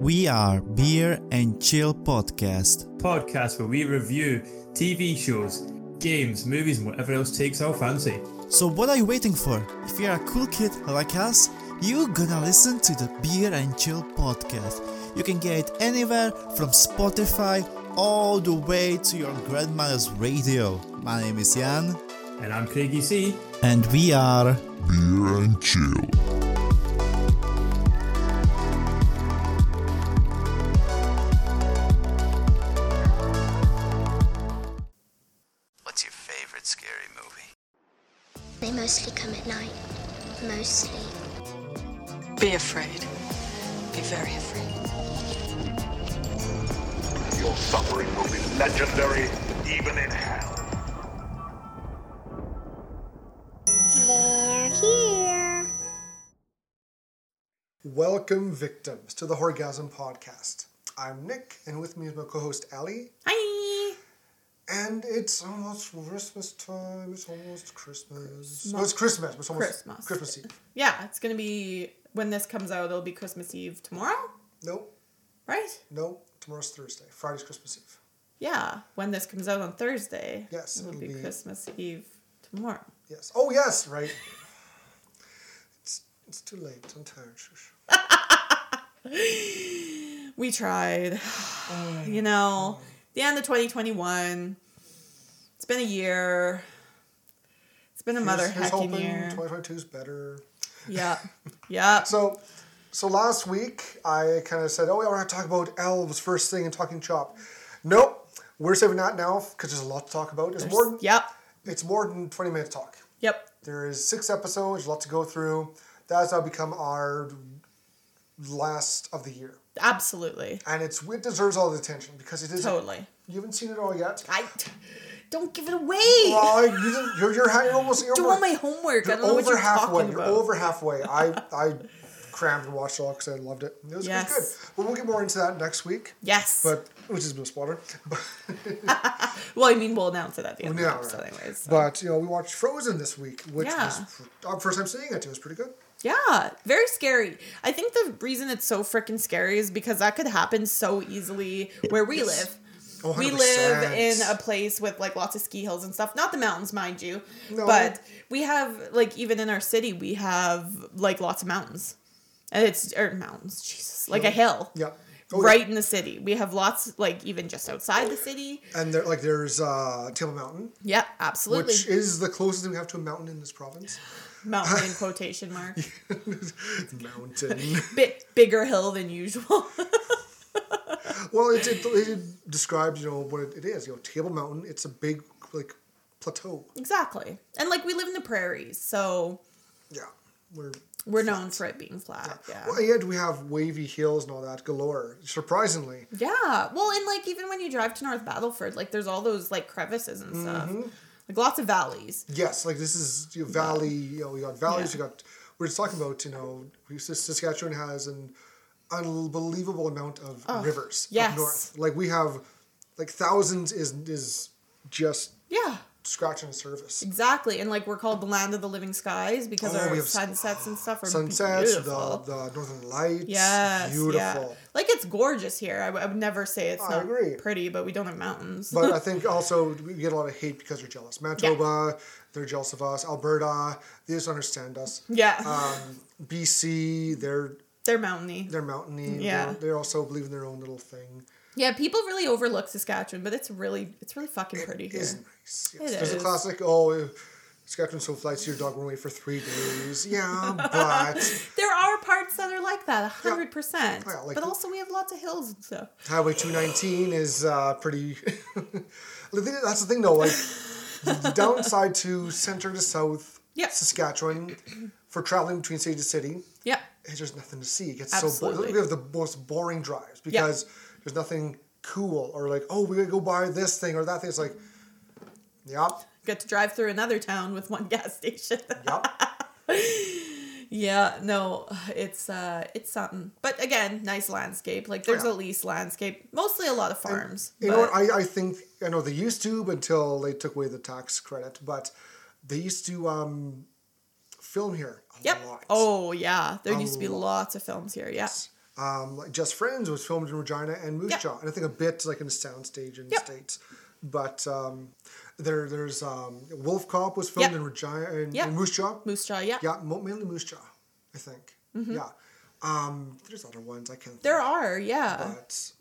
We are Beer and Chill Podcast. podcast where we review TV shows, games, movies, and whatever else takes our fancy. So what are you waiting for? If you're a cool kid like us, you're gonna listen to the Beer and Chill Podcast. You can get it anywhere from Spotify all the way to your grandmother's radio. My name is Jan. And I'm Craigie C. And we are Beer and Chill. What's your favorite scary movie? They mostly come at night. Mostly. Be afraid. Be very afraid. Your suffering will be legendary even in hell. They're here. Welcome, victims, to the Horgasm Podcast. I'm Nick, and with me is my co host, Ali. Hi! And it's almost Christmas time. It's almost Christmas. No, it's Christmas. but It's almost Christmas. Christmas Eve. Yeah, it's gonna be when this comes out. It'll be Christmas Eve tomorrow, Nope, right? nope. Tomorrow's Thursday. Friday's Christmas Eve. Yeah, when this comes out on Thursday. Yes, it'll, it'll be, be- Christmas Eve tomorrow. Yes. Oh, yes, right. it's, it's too late. I'm tired. Shush. We tried, Oh, you know, the end of twenty twenty one. It's been a year. It's been a mother Here's- here's hecking hoping year. 2022 is better. yeah, yeah. So, so last week I kind of said, "Oh, yeah, we're gonna talk about elves first thing in Talking Chop." Nope, we're saving that now because there's a lot to talk about. It's more than Yep, it's more than twenty minutes talk. yep. There is six episodes, a lot to go through. That's now become our last of the year, Absolutely, and it's it deserves all the attention because it is totally. You haven't seen it all yet. I don't give it away. Well, you didn't, you're, you're, ha- you're almost you're Doing almost- my homework. I You're don't know what over you're halfway. talking You're about. over halfway. I I crammed and watched it all because I loved it. It was, it was Yes. good. But we'll get more into that next week. Yes. But which is no spoiler. But, Well, I mean, we'll announce it at the end Yeah, of the episode, right. anyways. so. but you know, we watched Frozen this week, which Yeah. was pr- uh, first time seeing it. It was pretty good. yeah, very scary. I think the reason it's so freaking scary is because that could happen so easily where we live. Oh, We live 100%. in a place with like lots of ski hills and stuff. Not the mountains, mind you. No. But we have like even in our city we have like lots of mountains. And it's or mountains, Jesus. Like a hill. Yeah. Oh, yeah. right in the city. We have lots like even just outside the city. And there, like, there's uh, Table Mountain, Yeah, absolutely. which is the closest thing we have to a mountain in this province. Mountain in quotation mark. mountain. Bit bigger hill than usual. well, it, it, it describes, you know, what it, it is. You know, Table Mountain. It's a big, like, plateau. Exactly. And like we live in the prairies, so Yeah. We're we're known for it being flat. Yeah. Well, yeah, we have wavy hills and all that galore. Surprisingly, Yeah. Well, and like even when you drive to North Battleford, like there's all those like crevices and stuff. Mm-hmm. Like lots of valleys. yes. Like this is you know, valley. You know, we got valleys. Yeah. You got. We're just talking about you know, we- Saskatchewan has an unbelievable amount of rivers yes. up north. Like we have, like thousands is is just Yeah. scratching the surface. Exactly. And like we're called the land of the living skies because Oh, our we have s- sunsets and stuff are Sunsets, the, beautiful. the northern lights. yes. beautiful. Yeah. Like it's gorgeous here. I, w- I would never say it's I not agree. pretty, but we don't have mountains. But I think also we get a lot of hate because they're jealous. Manitoba, they're jealous of us. Alberta, they just understand us. yeah. um, BC, they're They're mountainy. they're mountainy. Yeah. They're, they're also believe in their own little thing. yeah, people really overlook Saskatchewan, but it's really it's really fucking pretty here. Isn't nice. Yes. It There's is. a classic. Oh, uh, Saskatchewan's so flights your dog were away for three days. Yeah, but There are parts that are like that, hundred percent. Yeah, like But the- also, we have lots of hills and stuff. Highway 219 is uh, pretty. The thing- That's the thing though. Like the downside to center to south Yeah. Saskatchewan for traveling between city to city. Yeah, is there's nothing to see. It gets so Absolutely. boring. We have the most boring drives because there's nothing cool or like, oh, we're gonna go buy this thing or that thing. It's like, yep, get to drive through another town with one gas station. yep. yeah, no, it's uh, it's something. But again, nice landscape. Like there's Yeah. at least landscape. Mostly a lot of farms. you know what? but- I, I think I know they used to until they took away the tax credit, but they used to um, film here a Yep. lot. Oh yeah, there used to be lot. lots of films here. Yeah. Um, like Just Friends was filmed in Regina and Moose Yep. Jaw, and I think a bit like in a soundstage in the Yep. states. But um, there, there's um, Wolf Cop was filmed Yep. in Regina in, Yep. in Moose Jaw. Moose Jaw, yeah. Yeah, mo- mainly Moose Jaw, I think. Yeah. Um, there's other ones I can't. Mm-hmm. There think are, yeah. but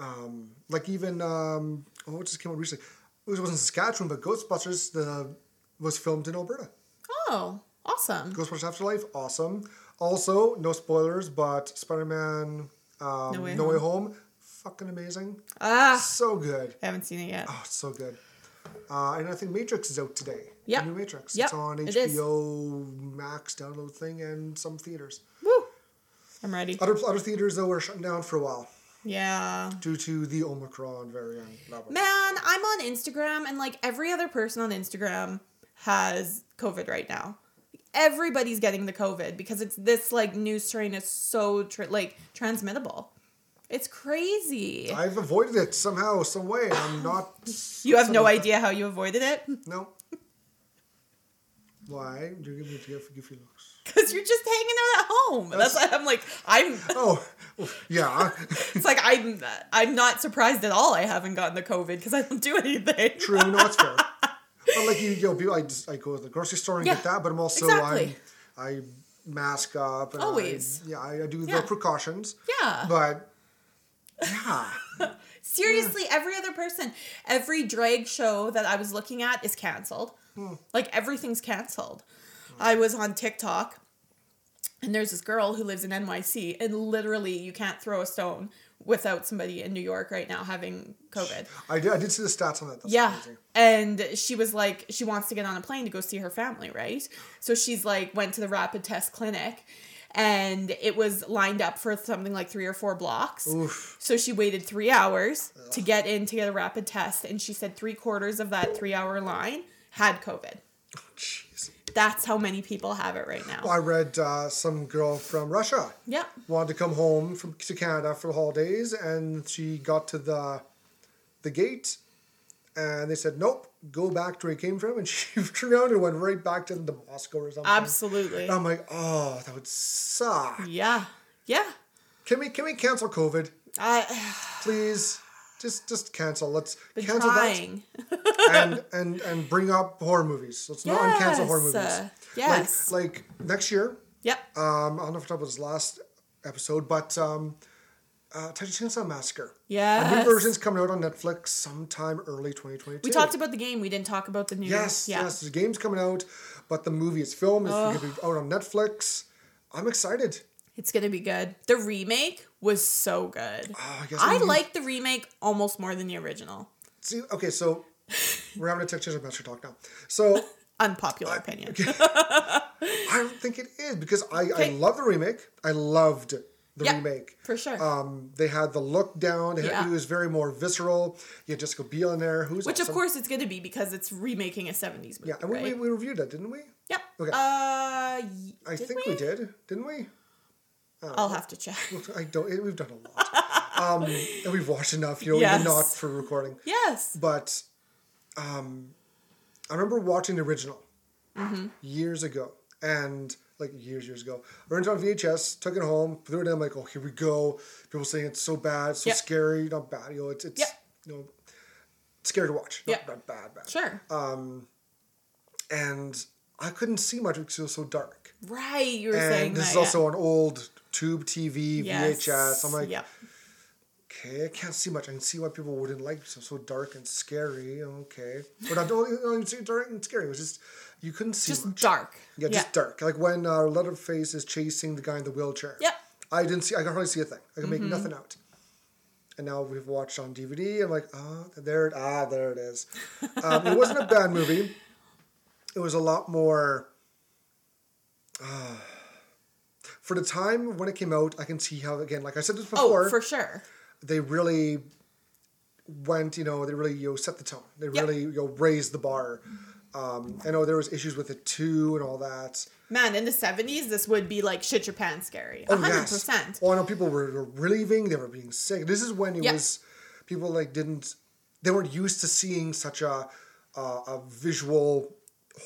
um, like even um, oh, what just came out recently? It was- it wasn't Saskatchewan, but Ghostbusters the was filmed in Alberta. Oh, awesome. Ghostbusters Afterlife, awesome. Also, no spoilers, but Spider Man um, No Way No Way Home, fucking amazing, Ah, so good, I haven't seen it yet. oh, it's so good. Uh, and I think Matrix is out today. The Yep. new Matrix. Yep, It's on it is. HBO Max download thing and some theaters. Woo. I'm ready. Other other theaters though were shut down for a while Yeah. due to the Omicron variant. Blah, blah, blah. Man, I'm on Instagram and like every other person on Instagram has COVID right now. Everybody's getting the COVID because it's this like new strain is so tr like transmittable. It's crazy. I've avoided it somehow, some way. I'm not. You have no idea how you avoided it No. Why do you give me give, give you looks? because you're just hanging out at home. That's why I'm like I'm. Oh, yeah, It's like I'm. I'm not surprised at all. I haven't gotten the COVID because I don't do anything. true. No, it's fair. But like you, you know, people, I just I go to the grocery store and get Yeah, that, but I'm also exactly. I I mask up. And Always. I, yeah, I, I do Yeah. the precautions. Yeah. But yeah, Seriously, every other person, every drag show that I was looking at is canceled. Like everything's canceled. I was on TikTok and there's this girl who lives in NYC and literally you can't throw a stone without somebody in New York right now having COVID. I did. I did see the stats on that. That's Yeah. amazing. And she was like, she wants to get on a plane to go see her family, right? So she's like, went to the rapid test clinic and it was lined up for something like three or four blocks. So she waited three hours to get in to get a rapid test. And she said three quarters of that three hour line had COVID. Jeez. That's how many people have it right now. I read uh, some girl from Russia. Yeah. wanted to come home from to Canada for the holidays, and she got to the the gate, and they said, "Nope, go back to where you came from." And she turned around and went right back to the Moscow or something. Absolutely. And I'm like, "Oh, that would suck." yeah. Yeah. Can we can we cancel COVID, I, please? Just just cancel. Let's been cancel trying. that and and and bring up horror movies. Let's not uncancel horror Yes. movies. Uh, yes. Like like next year, yep. um, I don't know if that was last episode, but um, uh, Texas Chainsaw Massacre. A new Yes. version's coming out on Netflix sometime early 2022. We talked about the game. We didn't talk about the new. Yes, yeah. yes. The game's coming out, but the movie is filmed. It's going to be out on Netflix. I'm excited. It's gonna be good. The remake was so good. Oh, I guess I we- like the remake almost more than the original. See, okay, so we're having a Texas Chainsaw Massacre talk now. So Unpopular opinion. I don't think it is because I, I Okay. love the remake. I loved the Yeah. remake. For sure. Um, they had the look down. They had, Yeah. It was very more visceral. You had Jessica Biel in there, who's Which of awesome. course it's gonna be because it's remaking a seventies movie. Yeah, and we, right? we, we reviewed that, didn't we? yep. okay. Uh, I I think we? did, didn't we? I'll have to check. I don't. We've done a lot, um, and we've watched enough. You know, Yes. even not for recording. yes. But um, I remember watching the original Mm-hmm. years ago, and like years, years ago. I rented it on VHS, took it home, threw it in. I'm like, oh, here we go. People saying it's so bad, so Yep. scary. Not bad. You know, it's it's Yep. you know, scary to watch. Not, Yep. not bad, bad. Sure. And I couldn't see much because it was so dark. right. You were saying and that. this is yeah. also an old tube TV, Yes. VHS. I'm like, Yep. okay, I can't see much. I can see why people wouldn't like it. It's so dark and scary. Okay, but I don't I don't see dark and scary. It was just you couldn't see Just much. dark. Yeah, just dark. Like when uh, Leatherface is chasing the guy in the wheelchair. Yep. Mm-hmm. I didn't see. I could hardly see a thing. I could make nothing out. And now we've watched on DVD. I'm like, ah, there it, ah, there it is. Um, it wasn't a bad movie. It was a lot more. Uh, for the time when it came out, I can see how again, like I said this Oh, before, for sure. they really went. You know, they really you know, set the tone. They Yep. really you know, raised the bar. Um, I know there was issues with it too and all that. Man, in the seventies, this would be like shit your pants scary. Oh, A hundred percent. Well, I know people were were relieving; they were being sick. This is when it Yeah. was people like didn't they weren't used to seeing such a uh, a visual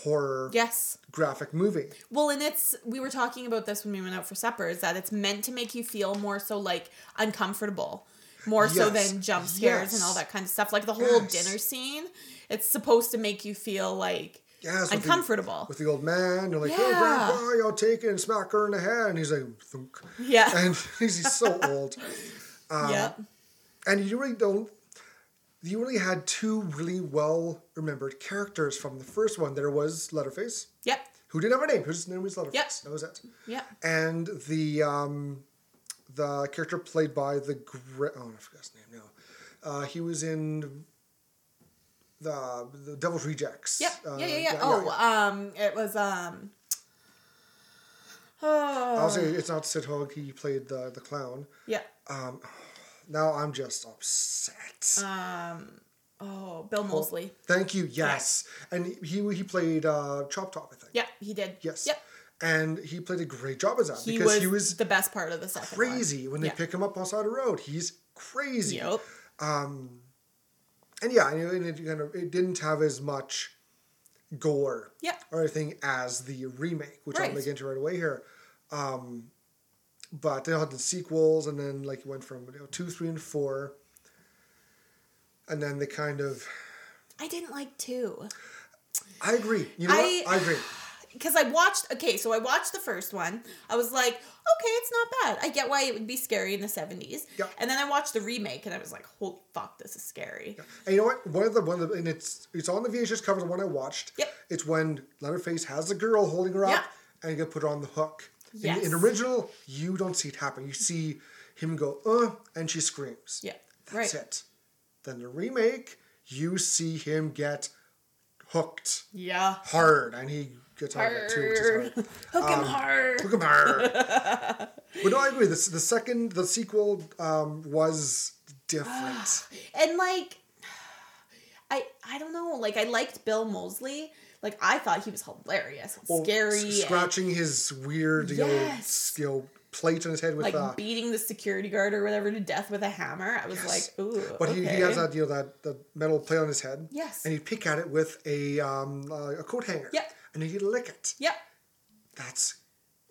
horror Yes. graphic movie. Well, and it's we were talking about this when we went out for supper is that it's meant to make you feel more so like uncomfortable, more so Yes. than jump scares and Yes. all that kind of stuff. Like the whole Yes. dinner scene, it's supposed to make you feel like Yes, with the- uncomfortable. With the old man, they're like, "Yo, Yeah. grandpa, y'all take it and smack her in the head," and he's like, "Thunk," yeah. and um, he's, he's so old. yep. And you really don't. You really had two really well remembered characters from the first one. There was Letterface, Yep. who didn't have a name. Whose name was Letterface? Yep. That was it. Yep. And the um, the character played by the gre- oh I forgot his name now. Uh, he was in the the Devil's Rejects. Yep. Uh, yeah, yeah, yeah. Oh, um it was um Oh. Obviously, it's not Sid Hogg. He played the the clown. Yeah. Now I'm just upset. Uh, Oh, Bill Mosley. Thank you. Yes, and he he played uh, Chop Top, I think. Yep, he did. Yes. Yep. And he played a great job as that He because was, he was the best part of the second one. crazy when they Yeah. pick him up on the side of the road. He's crazy. Um, Yep. And yeah, and it, and it kind of it didn't have as much gore Yep. or anything as the remake, which Right. I'll get into right away here. Um, but they had the sequels, and then like it went from you know, two, three, and four, and then they kind of. I didn't like two. I agree. You know I- what? I agree. because I watched okay, so I watched the first one. I was like, okay, it's not bad. I get why it would be scary in the seventies. Yeah. And then I watched the remake, and I was like, holy fuck, this is scary. And you know what? One of the one of the, and it's it's on the VHS cover. The one I watched. Yep. It's when Leatherface has the girl holding her up, Yeah. and you put her on the hook. In, Yes. in original, you don't see it happen. You see him go, uh, and she screams. Yeah, That's right. it. Then the remake, you see him get hooked Yeah, hard, and he gets hard of it too, which is hard. hook him hard. Hook him hard. but no, I agree. This the second the sequel um, was different. And like, I I don't know. Like I liked Bill Mosley. Like I thought he was hilarious, and Oh, scary, s- and, Scratching his weird, you know, Yes. s- you know, plate on his head with like uh, beating the security guard or whatever to death with a hammer. I was like, ooh. but he, okay. he has that, you know, that the metal plate on his head. Yes. And he'd pick at it with a um uh, a coat hanger. Yep. And he'd lick it. Yep, That's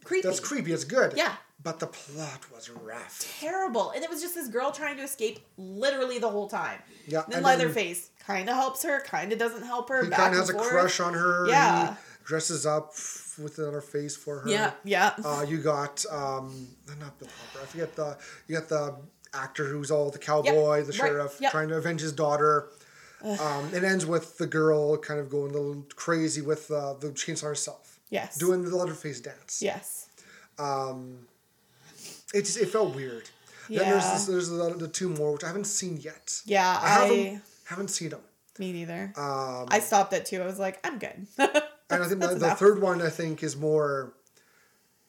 creepy. that's creepy. It's good. Yeah. But the plot was rough. terrible. And it was just this girl trying to escape literally the whole time. Yeah, Then and then- Leatherface kind of helps her, kind of doesn't help her. He back kind of and has a forth. crush on her. Yeah. He dresses up f- with another face for her. Yeah, yeah. Uh, you got um not Bill Hopper. I forget the you got the actor who's all the cowboy, the right, sheriff, yep. trying to avenge his daughter. Um, it ends with the girl kind of going a little crazy with uh, the chainsaw herself, yes. doing the Leatherface dance. Yes. It just it felt weird. Then there's Yeah. this, there's the, the two more which I haven't seen yet. Yeah, I Um, haven't, I- haven't seen them. Me neither. I stopped at two. I was like, I'm good. And I think the, the enough. third one I think is more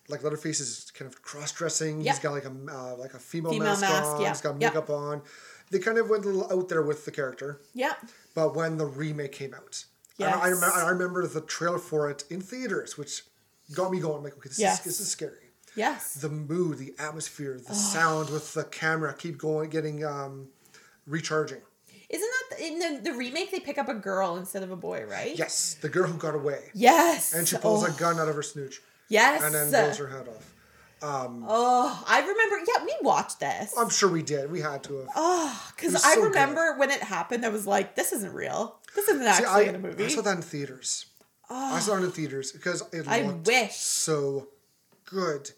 like Leatherface is kind of cross dressing. He's Yeah. got like a uh, like a female, Female mask, mask, on. yeah, He's got yeah. makeup on. They kind of went a little out there with the character. yeah. But when the remake came out, and I, Yes. remember I remember the trailer for it in theaters, which got me going. like, okay, this Yes. is this is scary. Yes. The mood, the atmosphere, the sound with the camera keep going, getting um, recharging. Isn't that the, in the, the remake? They pick up a girl instead of a boy, right? Yes, the girl who got away, Yes. and she pulls oh, a gun out of her snooch, Yes. and then blows her head off. Oh, I remember. Yeah, we watched this. I'm sure we did. We had to have. Oh, Because Oh, was I so good. remember when it happened, I was like, this isn't real. This isn't See, actually I, in a movie. I saw that in theaters. I saw it in theaters because it I looked wish. so good.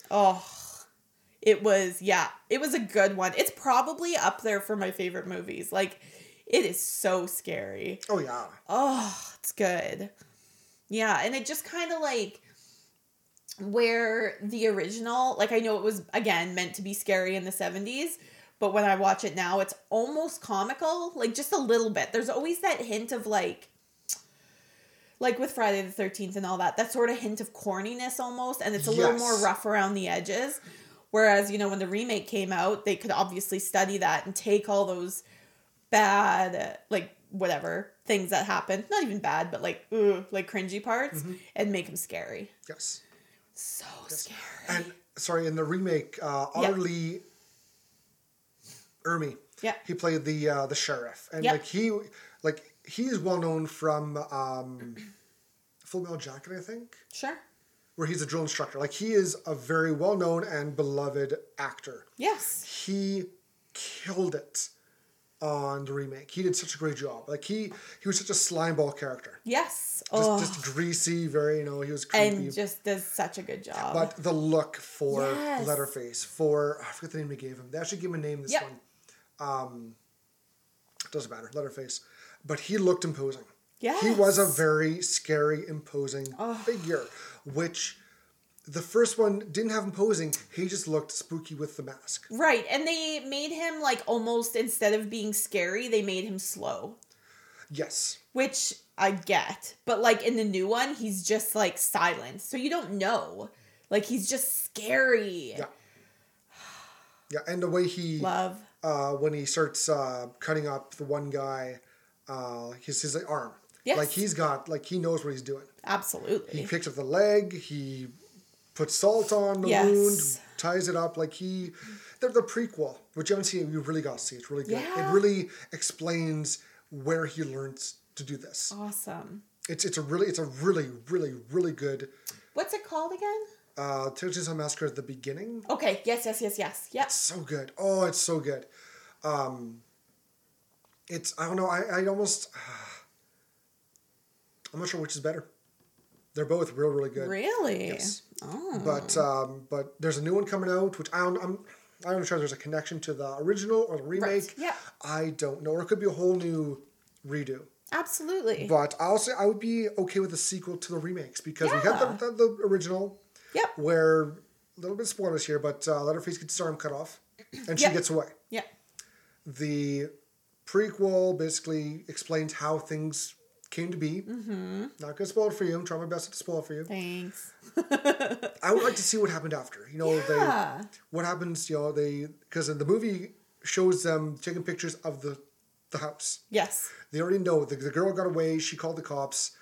it was yeah it was a good one it's probably up there for my favorite movies like it is so scary Oh yeah, it's good yeah and it just kind of like where the original like i know it was again meant to be scary in the 70s but when i watch it now it's almost comical like just a little bit there's always that hint of like like with friday the 13th and all that that sort of hint of corniness almost and it's a little Yes. more rough around the edges whereas you know when the remake came out they could obviously study that and take all those bad uh, like whatever things that happened not even bad but like ooh, like cringy parts and make them scary yes. so scary And sorry, in the remake, uh, Arlie Ermy. Yeah. He played the uh, the sheriff, and Yeah. like he like he's well known from um, Full Metal Jacket, I think, Sure. where he's a drill instructor. Like he is a very well known and beloved actor. Yes. He killed it on the remake. He did such a great job. Like he he was such a slimeball character. Yes. Just, Oh, just greasy, very you know he was creepy. and just does such a good job. But the look for Yes. Letterface, for I forget the name they gave him. They actually gave him a name this Yep. one. Um, doesn't matter. Letterface, but he looked imposing. yes. He was a very scary, imposing figure, which the first one didn't have imposing. He just looked spooky with the mask. Right, and they made him like almost instead of being scary, they made him slow, Yes, which I get. But like in the new one, he's just like silent. So you don't know. Like he's just scary. Yeah. yeah, and the way he Love. uh, when he starts uh, cutting up the one guy, uh, his his arm. Yes. Like he's got like he knows what he's doing. Absolutely. He picks up the leg. He puts salt on the Yes. wound, ties it up. Like he, they're the prequel, which you haven't seen. You really got to see. It's really good. Yeah. It really explains where he learns to do this. awesome. It's it's a really it's a really really really good. What's it called again? Uh, Texas Massacre at the beginning. Okay, yes, yes, yes, yes. Yep. so good. Oh, it's so good. Um, it's I don't know. I I almost I'm not sure which is better. They're both real really good. Really? Yes. Oh. But um, but there's a new one coming out, which I don't I'm I don't know if there's a connection to the original or the remake. yeah. I don't know. Or it could be a whole new redo. Absolutely. But I'll say I would be okay with a sequel to the remakes because we got the, the, the original yep. where a little bit of spoilers here, but uh, Letterface gets his arm cut off and she Yeah. gets away Yep. the prequel basically explains how things came to be. Mm-hmm. Not gonna spoil it for you. I'm trying my best not to spoil it for you. Thanks. I would like to see what happened after. You know, Yeah. they what happens. You know, they because the movie shows them taking pictures of the the house. Yes. They already know the, the girl got away. She called the cops.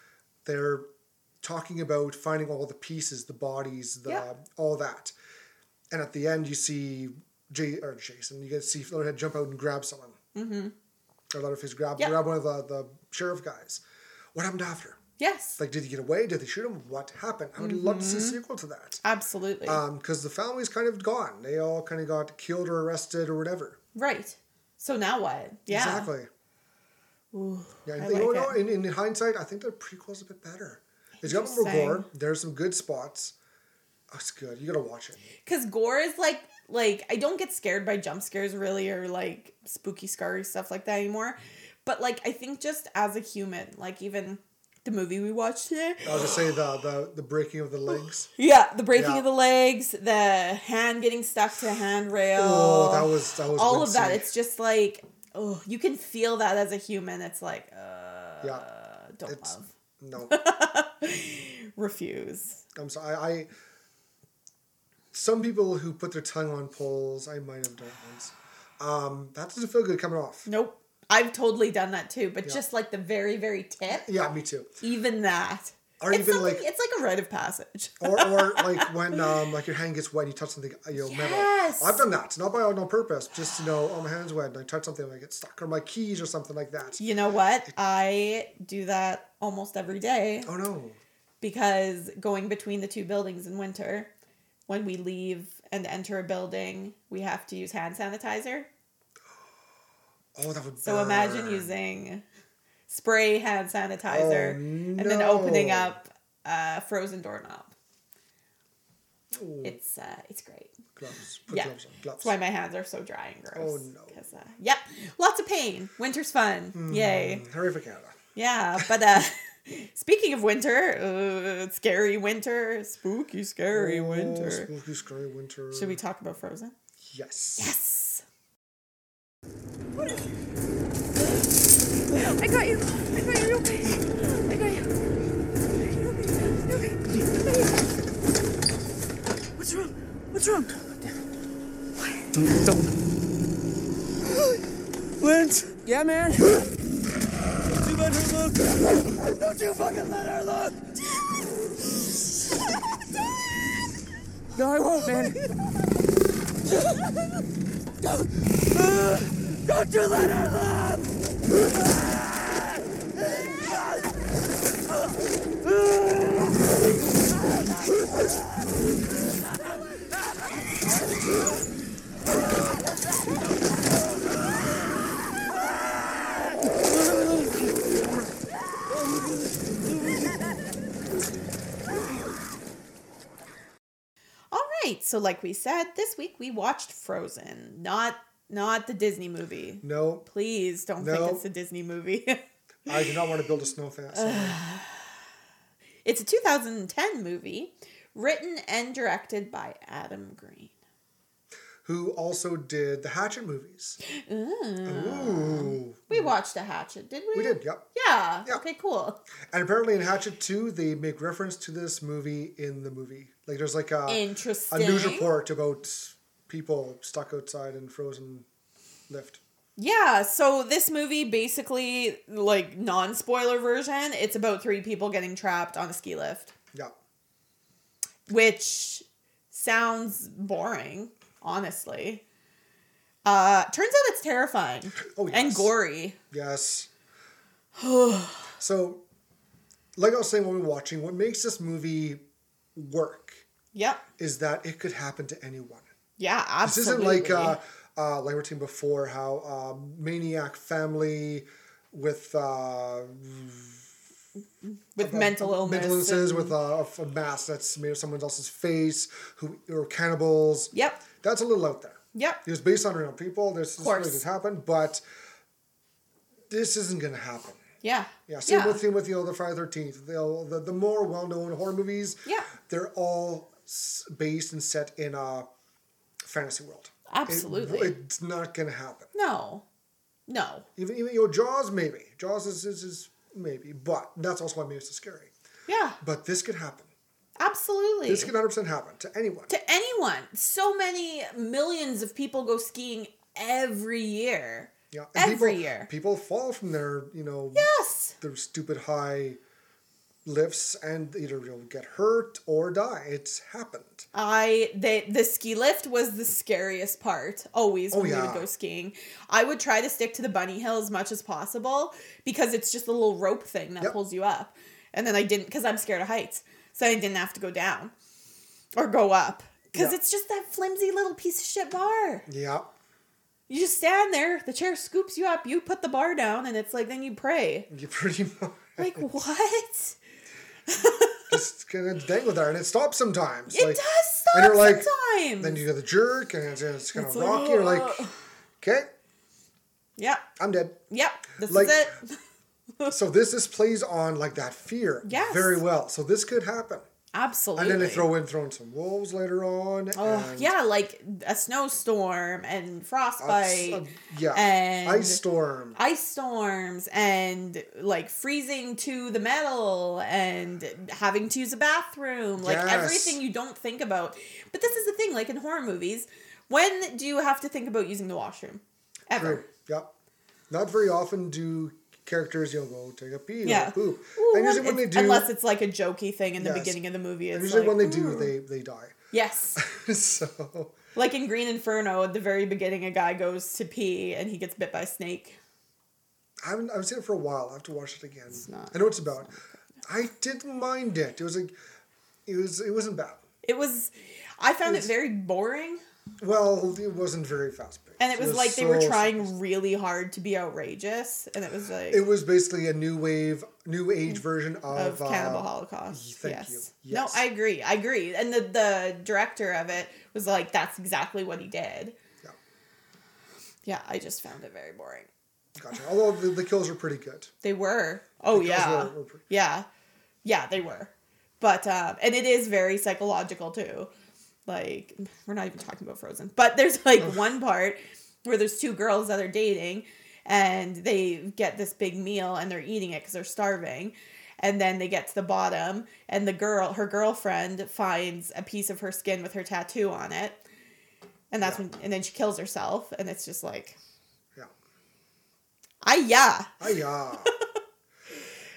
They're talking about finding all the pieces, the bodies, the Yeah. all that. And at the end, you see Jay or Jason. You get to see Letterhead jump out and grab someone. Mm-hmm. Or Letterface grab Yeah. grab one of the, the sheriff guys. What happened after? Yes. Like, did he get away? Did they shoot him? What happened? I would love to see a Mm-hmm. sequel to that. Absolutely. Uh, Because the family's kind of gone. They all kind of got killed or arrested or whatever. right. So now what? Yeah. Exactly. yeah, and I they- you like know, it. in, in hindsight, I think the prequel's a bit better. It's got more gore. There's some good spots. Oh, it's good. You gotta watch it. Cause gore is like like I don't get scared by jump scares really or like spooky scary stuff like that anymore. But like I think just as a human, like even the movie we watched today. I was just say the, the the breaking of the legs. Yeah, the breaking Yeah. of the legs, the hand getting stuck to the handrail. Oh, that was that was all good of that. scene. It's just like oh, you can feel that as a human. It's like uh yeah. don't It's- love. No, Refuse. I'm sorry. I, I some people who put their tongue on poles. I might have done once. Um, that doesn't feel good coming off. Nope. I've totally done that too, but just like the very, very tip, Yeah, me too. even that. Or it's even something- like it's like a rite of passage. or, or like when um, like your hand gets wet and you touch something you know Yes. metal. I've done that. Not by on purpose. Just you know, oh my hand's wet and I touch something and I get stuck or my keys or something like that. You know what? I do that almost every day Oh no. because going between the two buildings in winter, when we leave and enter a building, we have to use hand sanitizer. Oh that would So imagine burn. using spray hand sanitizer Oh, and then opening no. up a frozen doorknob. It's uh, it's great. gloves. Put yeah. gloves on. Gloves. That's why my hands are so dry and gross. Oh, no. Mm-hmm. 'Cause, uh, yep, lots of pain. Winter's fun. Yay. Mm, Hurry for Canada. Yeah, but uh speaking of winter, uh, scary winter, spooky scary Oh, winter. Spooky, scary winter. Should we talk about Frozen? Yes. Yes. I got you. I got you. You're okay. I got you. You're okay. You're okay. I got you. What's wrong? What's wrong? Lynch? Yeah, man? Don't you let her look! Don't you fucking let her look! No, I won't, man. Don't, don't you let her look! All right. So, like we said, this week we watched Frozen, not not the Disney movie. No, Please don't No. think it's a Disney movie. I do not want to build a snow fence. it's a 2010 movie, written and directed by Adam Green. Who also did the Hatchet movies? Ooh. We watched a Hatchet, did we? Mm-hmm. We did, yep. Yeah. Okay. Cool. And apparently in Hatchet 2, they make reference to this movie in the movie. Like there's like a, a Interesting. news report about people stuck outside in frozen lift. Yeah, so this movie basically, like non spoiler version, it's about three people getting trapped on a ski lift, Yeah. which sounds boring, honestly. Uh, turns out it's terrifying Oh, and yes. gory. Yes. so, like I was saying when we were watching, what makes this movie work Yep. is that it could happen to anyone. Yeah, This absolutely. isn't like uh, uh, like we were saying before how uh, maniac family with uh, with mental illness. mental illnesses and- with uh, a, a mask that's made of someone else's face who or cannibals. Yep. That's a little out there. Yep. It was based on real people. There's this Course. really did happen, but this isn't going to happen. Yeah. Yeah, same with same with you know, the Friday Thirteenth. The, the the more well known horror movies. Yeah. they're all s- based and set in a fantasy world. It- Absolutely. it's not going to happen. no. No. Even even your Jaws maybe Jaws is, is is maybe, but that's also why maybe it's so scary. Yeah, But this could happen. absolutely. This could 100 percent happen to anyone. to anyone. So many millions of people go skiing every year. yeah, every people, year. people fall from their you know Yes. their stupid high lifts and either you know, get hurt or die. It's happened. I they the ski lift was the scariest part always Oh, when we yeah. would go skiing. I would try to stick to the bunny hill as much as possible because it's just a little rope thing that Yep. pulls you up. And then I didn't because I'm scared of heights, so I didn't have to go down or go up because Yeah. it's just that flimsy little piece of shit bar. Yeah, You just stand there, the chair scoops you up, you put the bar down, and it's like then you pray. you pretty much. Like what? just gonna dangle there, and it stops sometimes. It like, does stop and you're like- sometimes. Then you get the jerk, and it's, it's kind of It's like, rocky. You're like, "Ugh." okay, Yep. I'm dead. Yep. This Like- is it. So this this plays on like that fear Yes. very well. So this could happen, Absolutely. and then they throw in throwing some wolves later on. Oh and yeah, like a snowstorm and a- frostbite, a- uh, yeah, and- ice storm. ice storms, and like freezing to the metal, and having to use a bathroom, like Yes. everything you don't think about. But this is the thing, like in horror movies, when do you have to think about using the washroom? Ever? True. Yep. Not very often do characters you know go take a pee Yeah. or poop. Ooh, and usually well, when they it's- do, unless it's like a jokey thing in the Yes. beginning of the movie, and it's usually like, when they do, "Ooh." they they die. yes. so Like in Green Inferno, at the very beginning, a guy goes to pee and he gets bit by a snake. I haven't I've seen it for a while. I have to watch it again. not- I know what it's about. I didn't mind it. It was like it was it wasn't bad. It was, I found it very boring, Well, it wasn't very fast paced. and it was, like they were so- trying really hard to be outrageous, and it was like It was basically a new wave, new age version of of, Cannibal uh, Holocaust. thank yes. you. Yes. No, I agree. I agree. And the the director of it was like, that's exactly what he did. Yeah. Yeah, I just found it very boring. Gotcha. Although the, the kills were pretty good. They were. Oh Because yeah. we're- we're pre- yeah. Yeah, they were. But um and it is very psychological too. Like we're not even talking about Frozen. But there's like one part where there's two girls that are dating and they get this big meal and they're eating it cuz they're starving. And then they get to the bottom and the girl her girlfriend finds a piece of her skin with her tattoo on it. And that's when and then she kills herself and it's just like Yeah. I yeah. Hiya.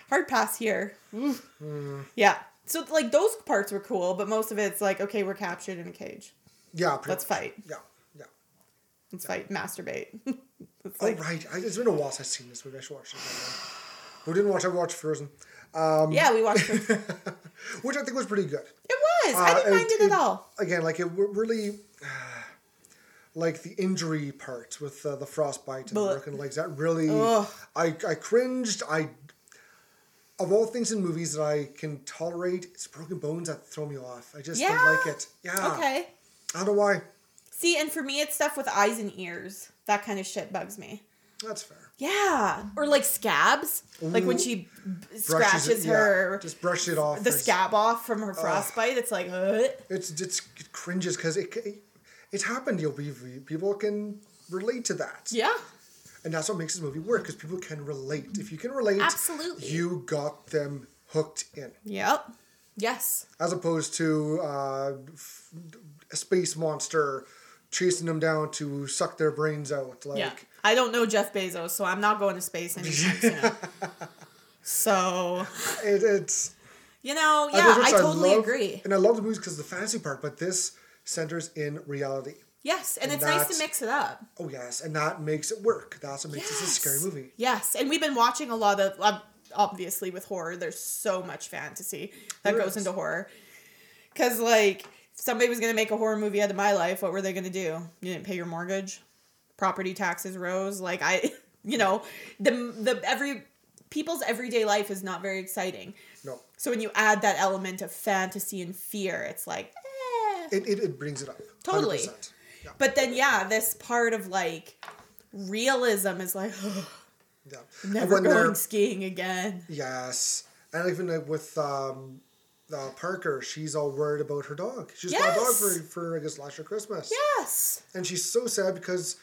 hard pass here. Mm-hmm. Yeah. So like those parts were cool, but most of it's like, okay, we're captured in a cage. yeah. Pretty Let's much. fight. Yeah. Yeah. Let's fight. Masturbate. it's Oh like, right. I, it's been a while since I've seen this movie. I should watch it. Again. We didn't watch. I watched Frozen, yeah, we watched. which I think was pretty good. was. I didn't Uh, mind it, at all. Again, like it w- really, like the injury part with uh, the frostbite and the Blech. broken legs. That really, Ugh. I I cringed. I of all things in movies that I can tolerate, it's broken bones that throw me off. I just Yeah. don't like it. Yeah. Okay. I don't know why. See, and for me, it's stuff with eyes and ears. That kind of shit bugs me. That's fair. Yeah, or like scabs, like when Ooh. she b- Brushes it- scratches yeah, her just brush it off. the It's- scab off from her frostbite. It's like, ugh. It's it's it cringes because it, it it's happened. You'll be people can relate to that. yeah, And that's what makes this movie work because people can relate. If you can relate, Absolutely. you got them hooked in. yep, yes, As opposed to uh, f- a space monster chasing them down to suck their brains out. Like, yeah. I don't know Jeff Bezos, so I'm not going to space anytime soon. So it, it's. you know, uh, yeah, those I ones totally love- agree. And I love the movies because of the fantasy part, but this centers in reality. Yes, and, and it's nice that's- to mix it up. Oh, yes. And that makes it work. That's what makes this a scary movie. Yes, and we've been watching a lot of ob- obviously with horror. There's so much fantasy that There goes is. into horror. Cause like if somebody was gonna make a horror movie out of my life. What were they gonna do? You didn't pay your mortgage, property taxes rose. Like I, you know, the the every people's everyday life is not very exciting. No. So when you add that element of fantasy and fear, it's like eh. It, it, it brings it up. Totally. 100%. But then yeah, this part of like realism is like Yeah. And never when they're- going skiing again. Yes, and even like with um, uh, Parker, she's all worried about her dog. She's got a dog Yes. for for I guess last year Christmas. Yes. and she's so sad because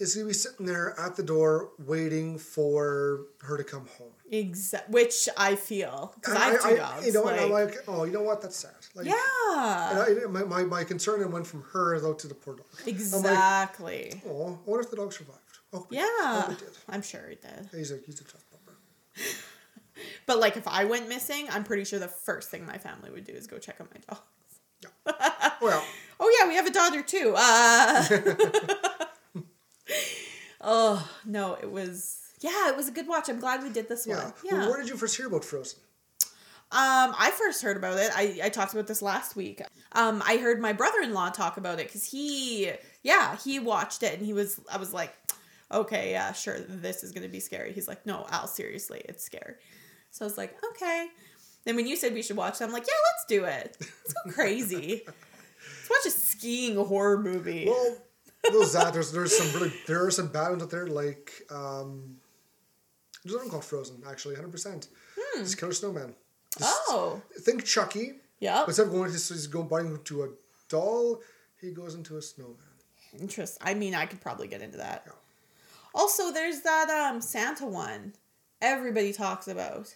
it's gonna be sitting there at the door waiting for her to come home. Exact, which I feel because I, have two dogs. you know, like, and I'm like, oh, you know what? That's sad. Like, yeah, And I, my, my, my concern then went from her out to the poor dog. exactly. Oh, I wonder if the dog survived. Oh, yeah, Oh, I'm sure it did. he's a he's a tough bummer. But like, if I went missing, I'm pretty sure the first thing my family would do is go check on my dog. Well, Oh yeah, we have a daughter too. Uh, oh no, it was yeah, it was a good watch. I'm glad we did this yeah. one. Yeah. Well, where did you first hear about Frozen? Um, I first heard about it. I, I talked about this last week. Um, I heard my brother in law talk about it because he, yeah, he watched it and he was, I was like, okay, yeah, sure, this is going to be scary. He's like, no, Al, seriously, it's scary. So I was like, okay. Then when you said we should watch it, I'm like, yeah, let's do it. Let's go crazy. let's watch a skiing horror movie. Well, those that there's there's some really there are some bad ones out there like um, there's another one called Frozen actually 100. percent Hmm. It's Killer Snowman. oh, Think Chucky. yeah. Instead of going to he's going biting into a doll, he goes into a snowman. Interest. I mean, I could probably get into that. Yeah. Also, there's that um Santa one everybody talks about.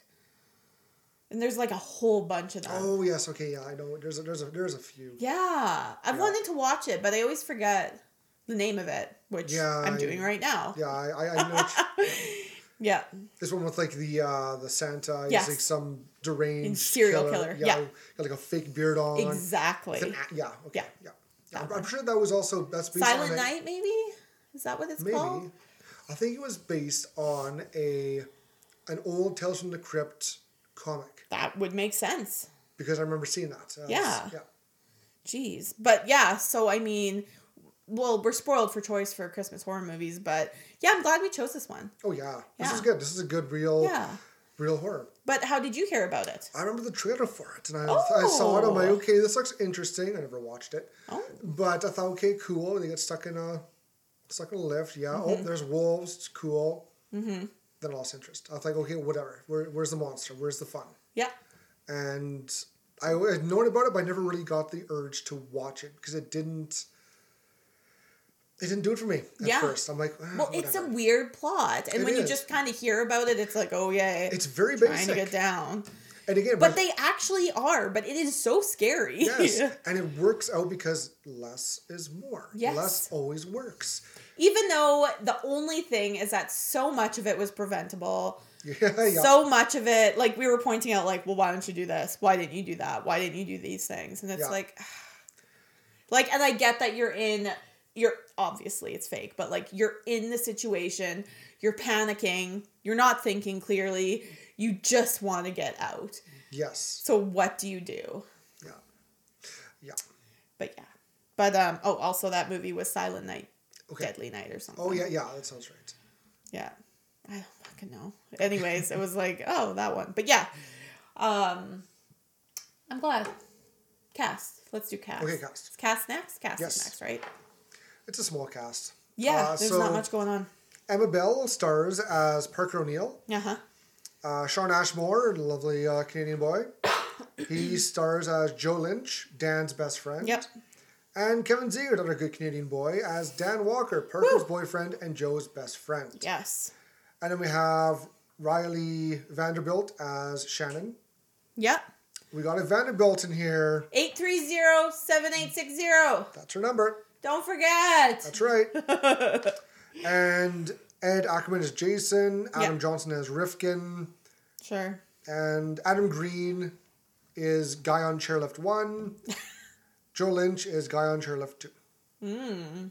And there's like a whole bunch of them. Oh yes, okay, yeah, I know. There's a, there's a, there's a few. Yeah. I've wanted to watch it, but I always forget the name of it, which Yeah, I- I'm doing right now. Yeah, I I, I know it's- Yeah. this one with like the uh, the Santa. He's Yes. like some deranged And serial killer, yeah. got like a fake beard on. Exactly. It's an a- yeah, okay, yeah. Yeah. Yeah, I'm, I'm sure that was also that's based on Silent a- Night, maybe? Is that what it's Maybe. called? I think it was based on a an old Tales from the Crypt comic That would make sense. because I remember seeing that. Uh, Yeah. yeah. Jeez. But yeah, so I mean, well, we're spoiled for choice for Christmas horror movies, but yeah, I'm glad we chose this one. Oh yeah. This is Yeah. good. This is a good real Yeah. real horror. But how did you hear about it? I remember the trailer for it and I, I saw it. I'm like, Oh. okay, this looks interesting. I never watched it. Oh. But I thought, okay, cool. They get stuck in a stuck in a lift. Yeah. Oh, Mm-hmm. there's wolves. It's cool. Mm-hmm. Then I lost interest. I was like, okay, whatever. Where, where's the monster? Where's the fun? Yeah. and I had known about it, but I never really got the urge to watch it because it didn't. It didn't do it for me at Yeah. first. I'm like, "Ah, Well, it's a weird plot, and It when is. you just kind of hear about it, it's like, oh yeah, It's very trying basic. to get down. and again, But they actually are, but it is so scary. yes, and it works out because less is more. Yes. less always works. Even though the only thing is that so much of it was preventable. Yeah, yeah. So much of it, like we were pointing out, like, well, why don't you do this? Why didn't you do that? Why didn't you do these things? And it's Yeah. like, like, and I get that you're in, you're obviously it's fake, but like you're in the situation, you're panicking, you're not thinking clearly, you just want to get out. yes, So what do you do? yeah. Yeah. But yeah. But um oh also that movie was Silent Night, Deadly Night or something. Oh yeah, yeah, that sounds right. Yeah. I don't fucking know. Anyways, it was like, oh, that one. But yeah. Um I'm glad. Cast. Let's do cast. Okay, cast. Is cast next? Cast Yes. is next, right? It's a small cast. Yeah, Uh, there's so- not much going on. Emma Bell stars as Parker O'Neill. Uh-huh. Uh, Sean Ashmore, lovely uh, Canadian boy. he stars as Joe Lynch, Dan's best friend. Yep. And Kevin Zier, another good Canadian boy, as Dan Walker, Parker's boyfriend and Joe's best friend. Yes. And then we have Riley Vanderbilt as Shannon. Yep. We got a Vanderbilt in here. 830-7860. That's her number. Don't forget. That's right. and Ed Ackerman as Jason. Adam Yep. Johnson as Rifkin. Sure. And Adam Green is guy on chairlift one. Joe Lynch is guy on chairlift two. Mm.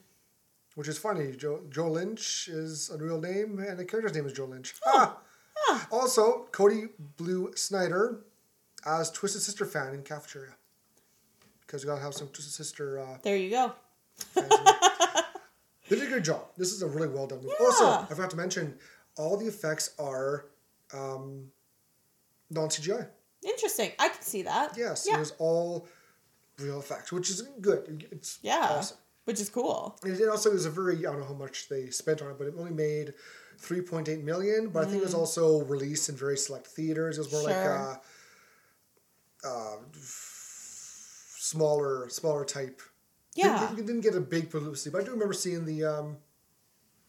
Which is funny. Joe, Joe Lynch is a real name, and the character's name is Joe Lynch. Ah. Also, Cody Blue Snyder as Twisted Sister fan in Cafeteria. Because we gotta have some Twisted Sister. Uh, There you go. they did a good job. This is a really well done movie. Also, Yeah. I forgot to mention, all the effects are um, non CGI. Interesting. I can see that. Yes, Yeah. it was all real effects, which is good. It's Yeah. awesome. Which is cool. And it also was a very I don't know how much they spent on it, but it only made three point eight million. But I think it was also released in very select theaters. It was more like Mm. Sure. uh, uh, smaller, smaller type. Yeah. it, didn't get a big publicity, but I do remember seeing the um,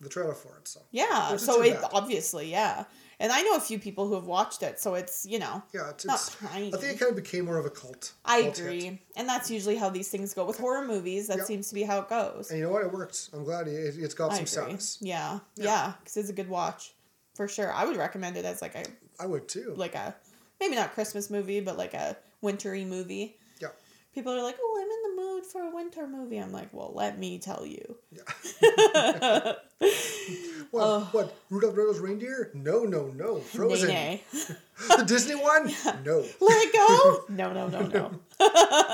the trailer for it. So Yeah, Which is so too it bad. obviously, yeah. And I know a few people who have watched it, so it's, you know, yeah, it's, not it's I tiny. think it kind of became more of a cult. I cult hit. agree. And that's usually how these things go with horror movies. That Yep. seems to be how it goes. And you know what? It worked. I'm glad it, it's got I some agree. status. Yeah. Yeah, cuz it's a good watch for sure. I would recommend it as like a I would too. like a maybe not Christmas movie, but like a wintry movie. yeah. People are like, "Oh, I'm in the mood for a winter movie." I'm like, "Well, let me tell you." What? What? Rudolph the Red-Nosed Reindeer? No, no, no. Frozen. Nay, nay. the Disney one? No. let it go. No, no, no, no.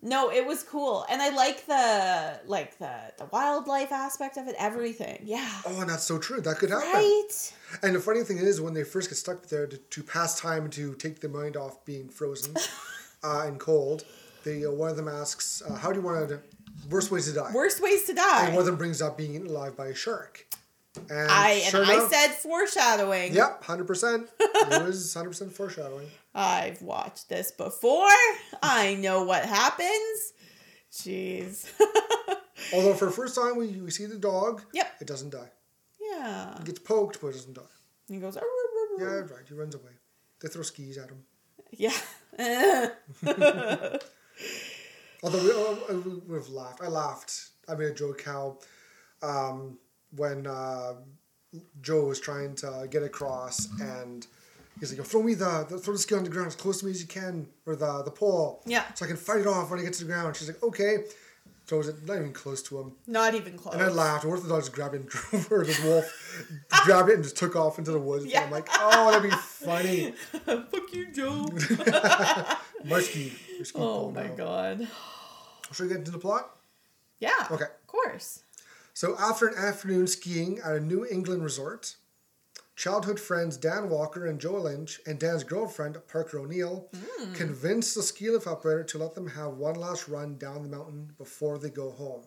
no, it was cool, and I like the like the the wildlife aspect of it. Everything, yeah, Oh, and that's so true. That could happen. right. And the funny thing is, when they first get stuck there to, to pass time and to take their mind off being frozen uh, and cold, they uh, one of them asks, uh, "How do you want to? Worst ways to die." Worst ways to and one of die. them brings up being eaten alive by a shark. And I and sure I enough- said foreshadowing. "Yep, hundred percent. It was hundred percent foreshadowing." I've watched this before. I know what happens. Jeez. Although for the first time we, we see the dog, Yep. it doesn't die. yeah. It gets poked, but it doesn't die. And he goes. Yeah, "Arr, arr, arr." right. He runs away. They throw skis at him. Yeah. Although we, uh, we would have laughed. I laughed. I made a joke how um, when uh, Joe was trying to get across and he's like, throw me the, the throw the ski on the ground as close to me as you can or the, the pole. Yeah. So I can fight it off when I get to the ground. She's like, okay. Throws it not even close to him. Not even close. And I laughed. What if the dog just grabbed it and drove her? This wolf grabbed it and just took off into the woods. And I'm like, oh, that'd be funny. Fuck you, Joe. My ski. Your ski oh pole my now. god. Should we get into the plot? Yeah. Okay. Of course. So, after an afternoon skiing at a New England resort, childhood friends Dan Walker and Joe Lynch and Dan's girlfriend, Parker O'Neill, convince the ski lift operator to let them have one last run down the mountain before they go home,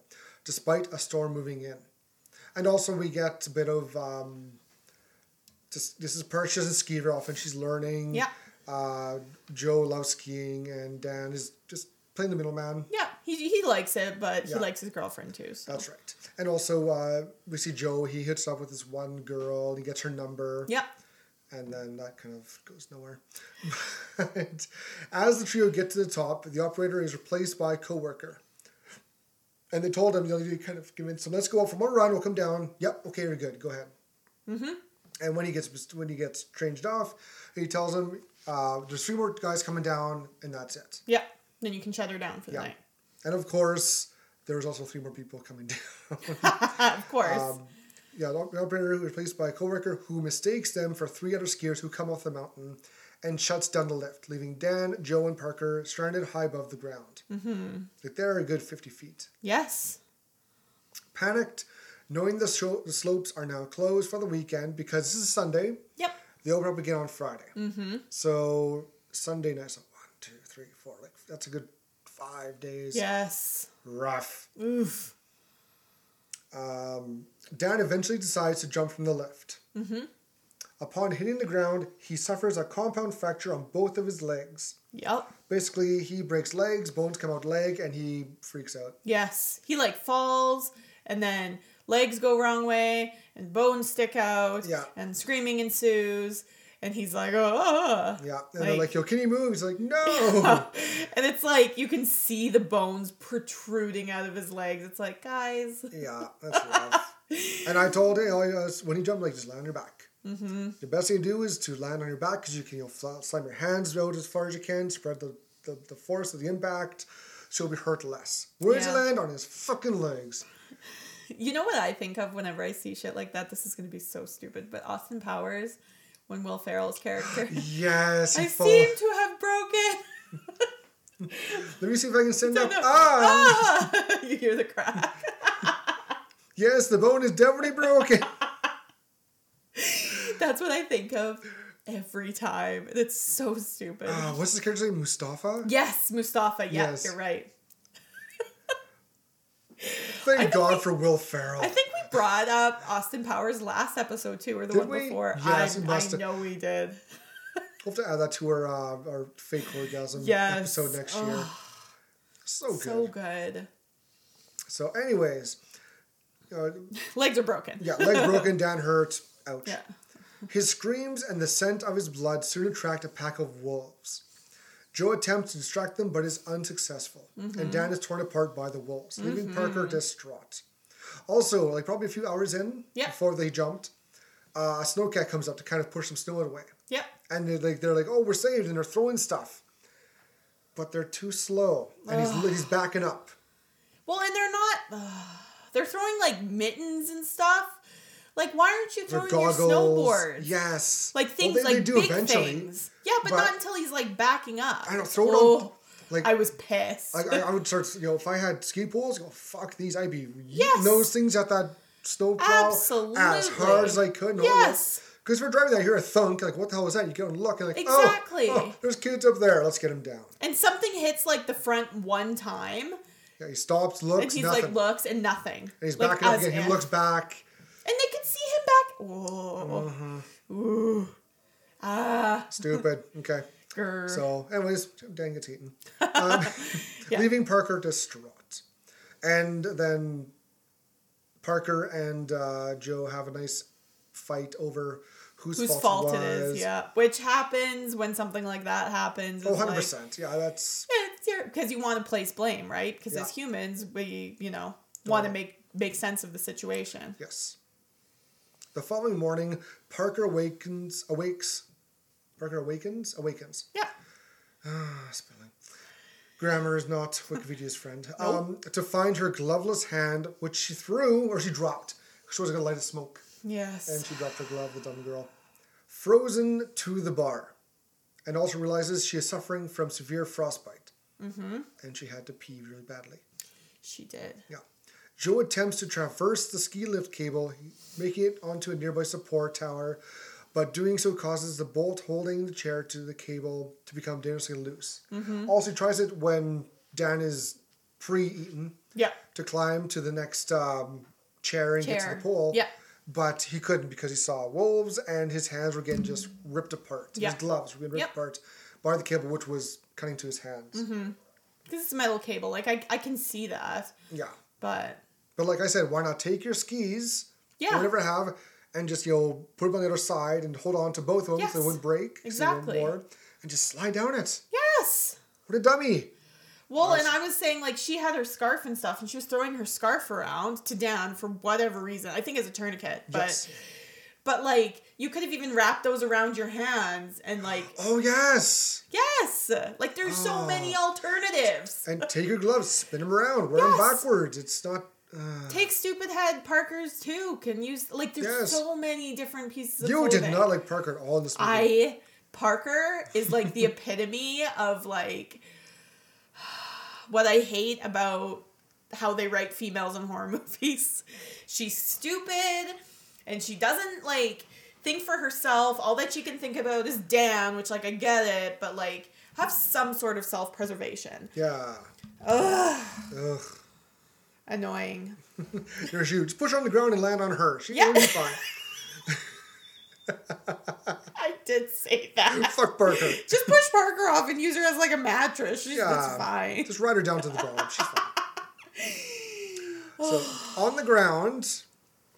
despite a storm moving in. And also, we get a bit of um, just this is Parker, she doesn't ski very often, she's learning. Yeah. Uh, Joe loves skiing, and Dan is just playing the middleman. Yeah. He, he likes it, but Yeah. he likes his girlfriend too. So. That's right. And also, uh, we see Joe. He hits up with this one girl. He gets her number, Yep. and then that kind of goes nowhere. but as the trio get to the top, the operator is replaced by a coworker. And they told him, you know, you kind of convinced him, let's go out for one run. We'll come down. Yep. Okay. You're good. Go ahead. Mm-hmm. And when he gets when he gets changed off, he tells him, uh, "There's three more guys coming down, and that's it." Yep. Then you can shut her down for the Yeah. night. And of course, there was also three more people coming down. Ah, of course. Um, Yeah, the operator who is replaced by a coworker who mistakes them for three other skiers who come off the mountain and shuts down the lift, leaving Dan, Joe, and Parker stranded high above the ground. Mm-hmm. Like they're a good 50 feet. Yes. Panicked, knowing the, sho- the slopes are now closed for the weekend because this is Sunday, Yep. they open up again on Friday. Mm-hmm. So Sunday night, so one, two, three, four. Like that's a good five days. Yes. Rough. Oof. Um, Dan eventually decides to jump from the lift. Mm-hmm. Upon hitting the ground, he suffers a compound fracture on both of his legs. Yep. Basically, he breaks legs, bones come out leg, and he freaks out. Yes. He like falls and then legs go wrong way and bones stick out. Yeah. And screaming ensues. And he's like, oh. Yeah, and they're like, Like- "Yo, can he move?" He's like, "No." ah." And it's like you can see the bones protruding out of his legs. It's like, guys. yeah, that's rough. and I told him, all you know, is when he jumped, like just land on your back. Mm-hmm. The best thing to do is to land on your back because you can you know, fla- slam your hands out as far as you can, spread the, the, the force of the impact, so you'll be hurt less. Where did you Yeah. land on his fucking legs? You know what I think of whenever I see shit like that? This is going to be so stupid, but Austin Powers, when Will Ferrell's character, Yes, he I fall- seem to have broken. Let me see if I can stand No, up. no. Ah! Ah! you hear the crack. Yes, the bone is definitely broken. That's what I think of every time. It's so stupid. Ah, what's his character's name? Mustafa? yes, Mustafa. Yeah, Yes. you're right. Thank God for Will Ferrell. I think we brought up Austin Powers last episode too, or the Did one we? before. Yes, I, we must I have. know we did. We'll have to add that to our, uh, our fake orgasm Yes. Ah. episode next year. So good. So good. So, anyways, uh, Legs are broken. yeah, leg broken, down hurt, ouch. Yeah. His screams and the scent of his blood soon attract a pack of wolves. Joe attempts to distract them but is unsuccessful, Mm-hmm. and Dan is torn apart by the wolves, leaving Parker distraught. Also, like probably a few hours in, Yeah. before they jumped, uh, a snowcat comes up to kind of push some snow away, Yep. and they're like, they're like, "Oh, we're saved!" and they're throwing stuff, but they're too slow, and he's he's backing up. Well, and they're not. uh, they're throwing like mittens and stuff. Like, why aren't you Their throwing your goggles, snowboards? yes, Like Well, things they- they like do big eventually, things. Yeah, but, but- not until he's like backing up. I don't throw it Oh, on. Like I was pissed. Like I, I would start, you know, if I had ski poles, go fuck these. I'd be Yes. yeeting those things at that snowplow as hard Absolutely. as I could. Yes. because we're driving, I hear a thunk. Like what the hell was that? You go and look, and like oh, Exactly. oh, there's kids up there. Let's get them down. and something hits like the front one time, Yeah, he stops, looks, and he's nothing. like looks and nothing. and he's like, backing up as again. if. He looks back. and they can see him back. Whoa. Ooh. Ah. Stupid. okay. Grr. Mm-hmm. So, anyways, Dan gets eaten, um, leaving Parker distraught. And then Parker and uh, Joe have a nice fight over whose, whose fault, fault it it was. is? Yeah. Which happens when something like that happens. Oh, It's like, 100%. eh, yeah, that's. because you want to place blame, right? Because as Oh, Yeah. humans, we you know want to Totally. make make sense of the situation. Yes. The following morning, Parker awakens. Awakes. Parker awakens? Awakens. Yeah, Ah, spelling. Grammar is not Wikipedia's friend. Um, to find her gloveless hand, which she threw or she dropped. She wasn't going to light a smoke. And yes, she dropped her glove, the dumb girl. Frozen to the bar. And also realizes she is suffering from severe frostbite. Mm-hmm. And she had to pee really badly. she did. Yeah. Joe attempts to traverse the ski lift cable, making it onto a nearby support tower, but doing so causes the bolt holding the chair to the cable to become dangerously loose. Also, he tries it when Dan is pre eaten Yeah, to climb to the next um, chair and get to Chair. the pole. Yeah. But he couldn't because he saw wolves and his hands were getting just ripped apart. Yeah. His gloves were getting ripped Yep. Mm-hmm. apart by the cable, which was cutting to his hands. because it's a metal cable. Like I I can see that, Yeah. but But like I said, why not take your skis, Yeah. whatever I have, and just, you know, put them on the other side and hold on to both of them so Yes. they wouldn't break. so they weren't Exactly. worn, and just slide down it. yes. What a dummy. Well, and I was saying like she had her scarf and stuff, and she was throwing her scarf around to Dan for whatever reason. I think as a tourniquet, but Yes. but like you could have even wrapped those around your hands and like Oh, yes. yes, like there's Ah. so many alternatives. And take your gloves, spin them around, wear them Yes. backwards. It's not. Take stupid head Parker's too. Can use like there's Ah. Yes. so many different pieces of You clothing. did not like Parker at all in this movie. I Parker is like the epitome of like what I hate about how they write females in horror movies. She's stupid and she doesn't like think for herself. All that she can think about is Dan, which like I get it, but like have some sort of self preservation. Yeah. Ugh, Ugh. annoying. Your shoe. Just push her on the ground and land on her. She's Yeah. gonna be fine. I did say that. Fuck Parker. Just push Parker off and use her as like a mattress. She's that's Yeah. fine. Just ride her down to the ground. She's fine. so on the ground,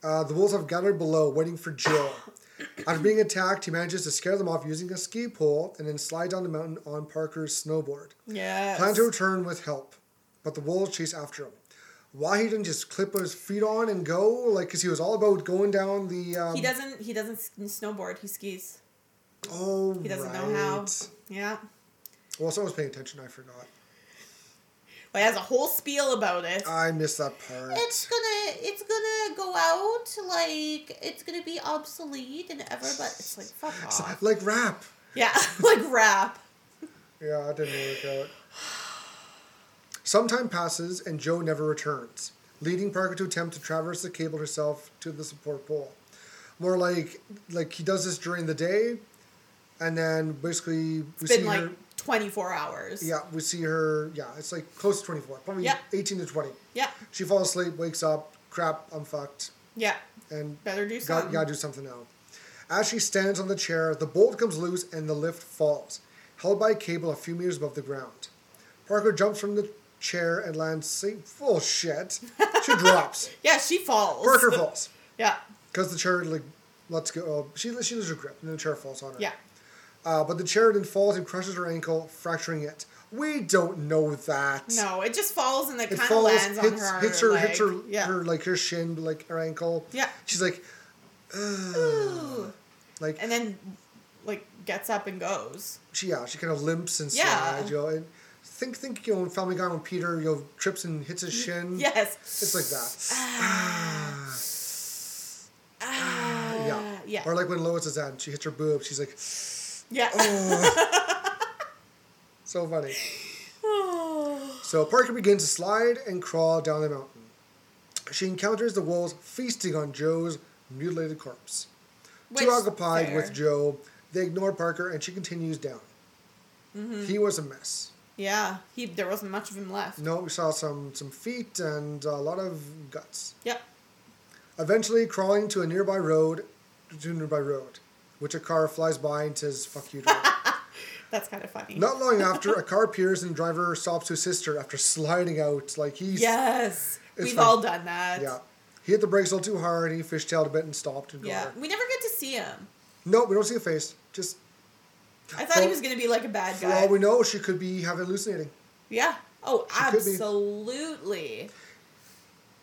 uh, the wolves have gathered below, waiting for Jill. After being attacked, he manages to scare them off using a ski pole and then slide down the mountain on Parker's snowboard. Yes. Plan to return with help, but the wolves chase after him. Why he didn't just clip his feet on and go? Like, cause he was all about going down the. Um, he doesn't. He doesn't s- snowboard. He skis. Oh, He doesn't know how. right. Yeah. Well, someone was paying attention. I forgot. But it has a whole spiel about it. I missed that part. It's gonna, it's gonna go out like it's gonna be obsolete and ever. But it's like fuck off. like rap. Yeah, like rap. Yeah, it didn't work out. Some time passes and Joe never returns, leading Parker to attempt to traverse the cable herself to the support pole. More like like he does this during the day, and then basically we It's been see like her. twenty four hours. Yeah, we see her. Yeah, it's like close to twenty four, probably Yeah. eighteen to twenty. Yeah. She falls asleep, wakes up, crap, I'm fucked, Yeah. and Better do Got, something. gotta do something now. As she stands on the chair, the bolt comes loose and the lift falls, held by a cable a few meters above the ground. Parker jumps from the chair and lands safe. Full shit. She drops. Yeah, she falls. Parker falls. Yeah. Because the chair, like, lets go. Oh, she, she loses her grip and then the chair falls on her. Yeah. Uh, but the chair then falls and crushes her ankle, fracturing it. We don't know that. No, it just falls and it, It kind of falls, lands hits, on her. hits her, leg. hits her, Yeah. her, like her shin, like her ankle. Yeah. She's like, Ooh. like, And then, like, gets up and goes. she yeah, she kind of limps and Yeah. slides, you know. And think think you know, in Family Guy when Peter you know trips and hits his shin. Mm, Yes. Mm. it's like that. Ah, yeah. yeah. Or like when Lois is on, she hits her boob. She's like, Yeah. so funny. oh. So Parker begins to slide and crawl down the mountain. She encounters the wolves feasting on Joe's mutilated corpse. Which- Too occupied fair. with Joe, they ignore Parker and she continues down. Mm-hmm. He was a mess. Yeah. He there wasn't much of him left. No, we saw some some feet and a lot of guts. Yep. Eventually, crawling to a nearby road, to a nearby road, which a car flies by and says "fuck you." driver." That's kind of funny. Not long after, a car appears and driver stops his sister after sliding out like he's Yes. It's We've fun. all done that. yeah. He hit the brakes a little too hard. He fishtailed a bit and stopped and Yeah. got her. We never get to see him. No, we don't see a face. Just I thought he Well, was gonna be like a bad for guy. all we know, she could be having hallucinating. yeah. Oh, could be. absolutely.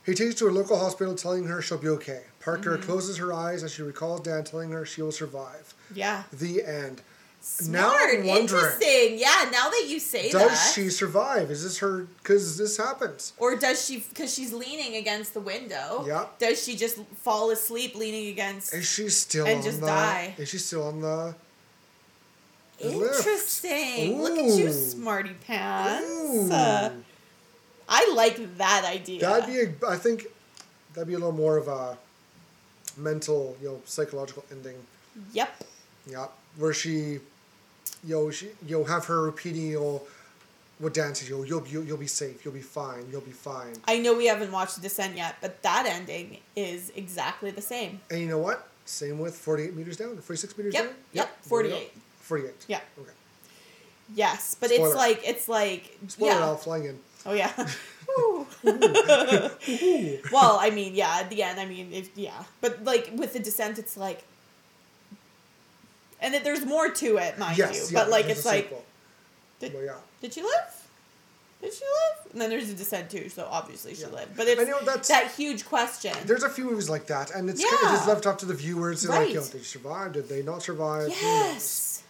He takes her to a local hospital, telling her she'll be okay. Parker Mm-hmm. closes her eyes as she recalls Dan, telling her she will survive. Yeah. The end. Smart. Interesting. Yeah. Now that you say Does that. she survive? Is this her? Because this happens. Or does she? Because she's leaning against the window. Yeah. Does she just fall asleep leaning against? Is she still And on just the? die. Is she still on the? lift? Interesting. Look at you, Ooh. smarty pants. Ooh. Uh, I like that idea. That'd be. A, I think that'd be a little more of a mental, you know, psychological ending. Yep. Yeah, where she, you know, she, you know, have her repeating, you know, what Dan says, you know, you'll be, you'll be safe, you'll be fine, you'll be fine. I know we haven't watched The Descent yet, but that ending is exactly the same. And you know what? Same with 48 meters down, 46 meters Yep, down? yep, there we go. 48. 48. Yeah. Okay. Yes, but Spoiler. it's like it's like Spoiler yeah. out, flying in. Oh yeah. Ooh. well, I mean, yeah, at the end, I mean, if, yeah, but like with the descent, it's like, and that there's more to it, mind Yes. you. yeah, but like, there's it's a like, sequel. did, Well, yeah. did she live? Did she live? And then there's a descent too, so obviously she Yeah. lived. But it's I know that's- that huge question. There's a few movies like that, and it's kind of Yeah. just left up to the viewers. They're Like, you know, Right. did they survive? Did they not survive? Who knows? Yes,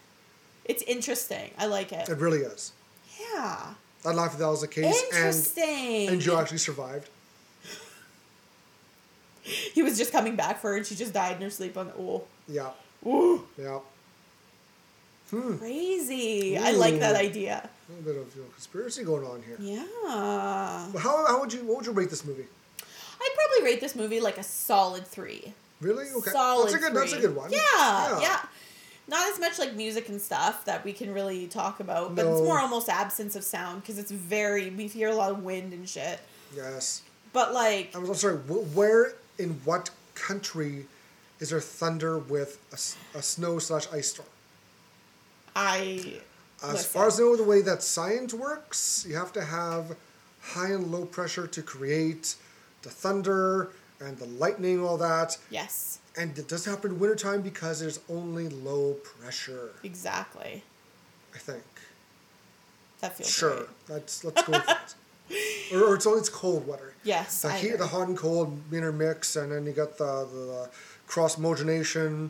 it's interesting. I like it. It really is. Yeah, I'd laugh if that was the case, and interesting. and Joe actually survived. He was just coming back for her, and she just died in her sleep on the. Oh, Yeah. Ooh. Yeah. Crazy. I like that Ooh. idea. A little bit of you know, conspiracy going on here. Yeah. But how, how would you what would you rate this movie? I'd probably rate this movie like a solid three. Really? Okay. Solid. that's a good that's a three. good one. Yeah, Yeah. yeah. Not as much like music and stuff that we can really talk about, but it's No. more almost absence of sound because it's very we hear a lot of wind and shit. Yes. But like I was, I'm sorry. wh- Where in what country is there thunder with a s- a, snow slash ice storm? I As Listen. far as I know, the way that science works, you have to have high and low pressure to create the thunder and the lightning, all that. yes, And it does happen in wintertime because there's only low pressure. exactly. I think. That feels sure. Right. Let's let's go with that. Or, or it's it's cold weather. Yes, The I heat, agree. the hot and cold intermix, and then you got the the, the cross mogination.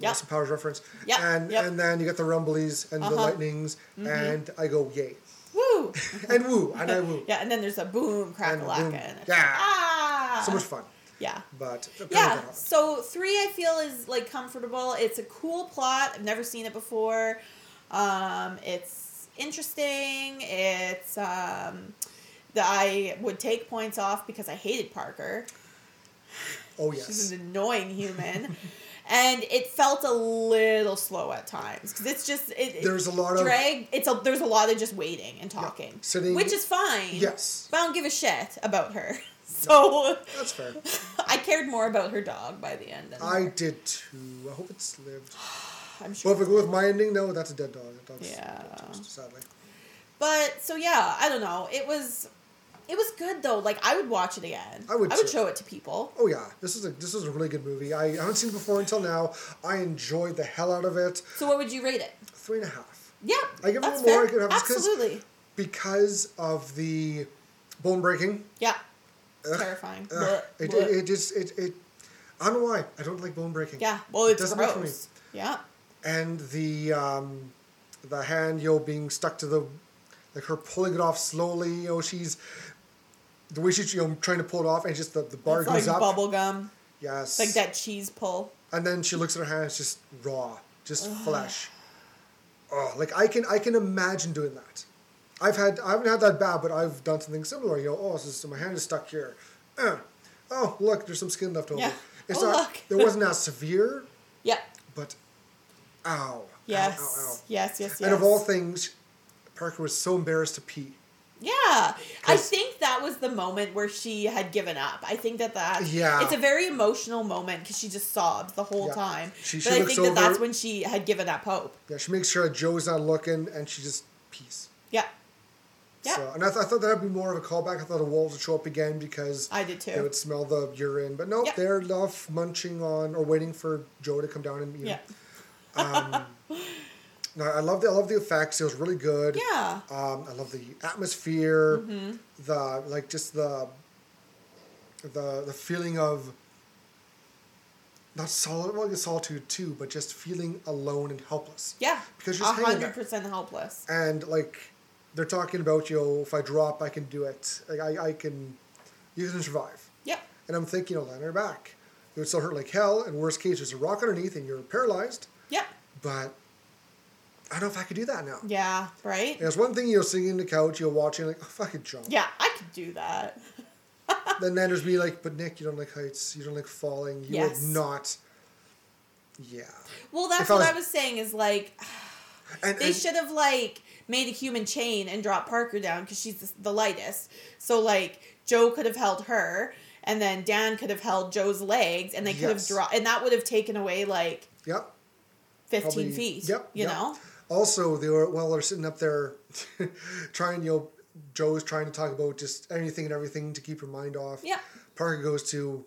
Yep. Austin Powers reference. Yep, And yep. and then you got the rumblies and the Uh-huh. lightnings, and I go yay. Woo. And woo, and I woo. yeah, and then there's a boom, crack And a a lacka, boom. and it's Yeah. like, ah, So much fun. Yeah. But Yeah, so three I feel is like comfortable. It's a cool plot. I've never seen it before. Um, it's interesting. It's um, that I would take points off because I hated Parker. Oh She's yes. an annoying human, and it felt a little slow at times because it's just it, it There's a lot of- drag. It's a there's a lot of just waiting and talking, sitting- which is fine. Yes. but I don't give a shit about her. So That's fair. I cared more about her dog by the end. Than I her. did too. I hope it's lived. I'm sure. Well, if we go with my ending, no, that's a dead dog. That dog's Yeah. sadly. But so yeah, I don't know. It was it was good though. Like I would watch it again. I would I would too. show it to people. Oh yeah, this is a this is a really good movie. I haven't seen it before until now. I enjoyed the hell out of it. So what would you rate it? Three and a half Yeah. I give it a that's little more, fair. I give it a- just 'cause- Absolutely. because of the bone breaking. Yeah. Terrifying. Ugh, Blech, it, blech. it it just it it. I don't know why I don't like bone breaking. yeah. Well, it's doesn't work gross. for me. Yeah. And the um, the hand yo being stuck to the, like her pulling it off slowly. You know she's. The way she's you know, trying to pull it off, and just the, the bar It's goes like up. bubble gum. Yes. Like that cheese pull. And then she looks at her hand, it's just raw, just flesh. Oh, like I can I can imagine doing that. I've had I haven't had that bad, but I've done something similar. You know, oh, so, so my hand is stuck here. Uh, oh, look, there's some skin left over. Yeah. It's Oh, not. look. It wasn't as severe, Yeah. but ow, ow, Yes. ow, ow. Yes. Yes. Yes. And of all things, Parker was so embarrassed to pee. Yeah, I 'Cause- think that was the moment where she had given up. I think that that Yeah. it's a very emotional moment because she just sobbed the whole Yeah. time. She- she but I looks think that that's over- when she had given up hope. Yeah, she makes sure Joe's not looking, and she just pees. Yeah, yeah, So, and I, th- I thought that'd be more of a callback. I thought the wolves would show up again because I did too. They would smell the urine, but nope, Yep. they're off munching on or waiting for Joe to come down and eat. 'em. yeah, No, I love the I love the effects. It was really good. yeah. Mm-hmm. Um, I love the atmosphere, the like just the the the feeling of not solid well, it's solitude too, but just feeling alone and helpless. Yeah, Because she's a hanging there. hundred percent helpless. and like they're talking about you know if I drop I can do it like I, I can you can survive Yeah, and I'm thinking you know land on your back it would still hurt like hell and worst case there's a rock underneath and you're paralyzed yeah, but I don't know if I could do that now yeah. Right? Yeah, there's one thing you're sitting on the couch you're watching like oh fucking jump I could do that. then then there's me like but Nick you don't like heights you don't like falling you Yes. are not yeah Well, that's I what was- I was saying. Is like and, They and- should have like made a human chain and dropped Parker down because she's the- the lightest. So like Joe could have held her, and then Dan could have held Joe's legs, and they could Yes. have dropped, and that would have taken away like yep fifteen Probably- feet. yep, you yep. know. Also, they were while they're sitting up there, trying you know, Joe's trying to talk about just anything and everything to keep your mind off. Yeah. Parker goes to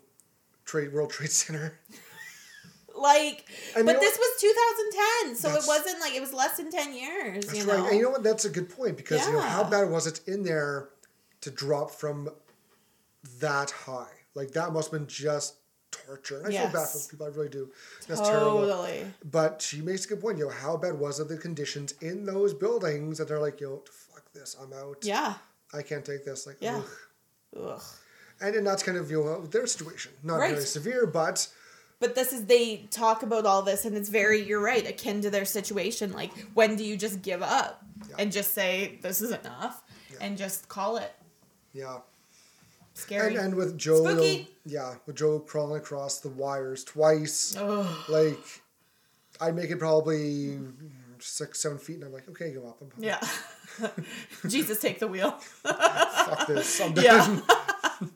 Trade World Trade Center. Like, And you but know this was 2010, so it That's- wasn't like it was less than 10 years. That's you right. know, And you know what? That's a good point because you know how Yeah. bad was it in there to drop from that high? Like that must have been just torture. And I feel bad for Yes. those people. I really do. That's terrible. totally. But she makes a good point. You know how bad was it the conditions in those buildings that they're like, yo, fuck this, I'm out. Yeah. I can't take this. Like, Yeah. ugh. Ugh. And, and that's kind of you know, their situation. Not Right. very severe, but But this is they talk about all this, and it's very you're right akin to their situation. Like when do you just give up and just say this is enough and just call it Yeah. scary? And, and with Joe, Spooky. yeah, with Joe crawling across the wires twice, Ugh. like I make it probably six, seven feet, and I'm like, okay, go up. I'm Yeah. Jesus, take the wheel. fuck this. I'm done. Yeah.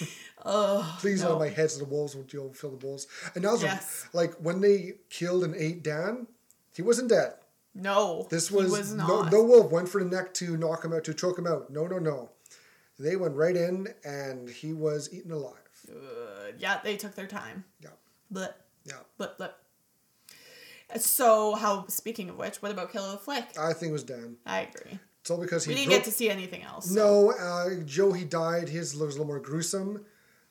oh, Please, no. all my heads to the wolves. Would you fill the bowls? And that was Yes. like when they killed and ate Dan, he wasn't dead. No, This he was, not. no, no wolf went for the neck to knock him out to choke him out. No, no, no. They went right in, and he was eaten alive. Uh, yeah, they took their time. Yeah. But Yeah. but but. So how? Speaking of which, what about Killer the Flick? I think it was Dan. I agree. It's all because he We didn't broke- get to see anything else. No, uh, Joe he died. His was a little more gruesome.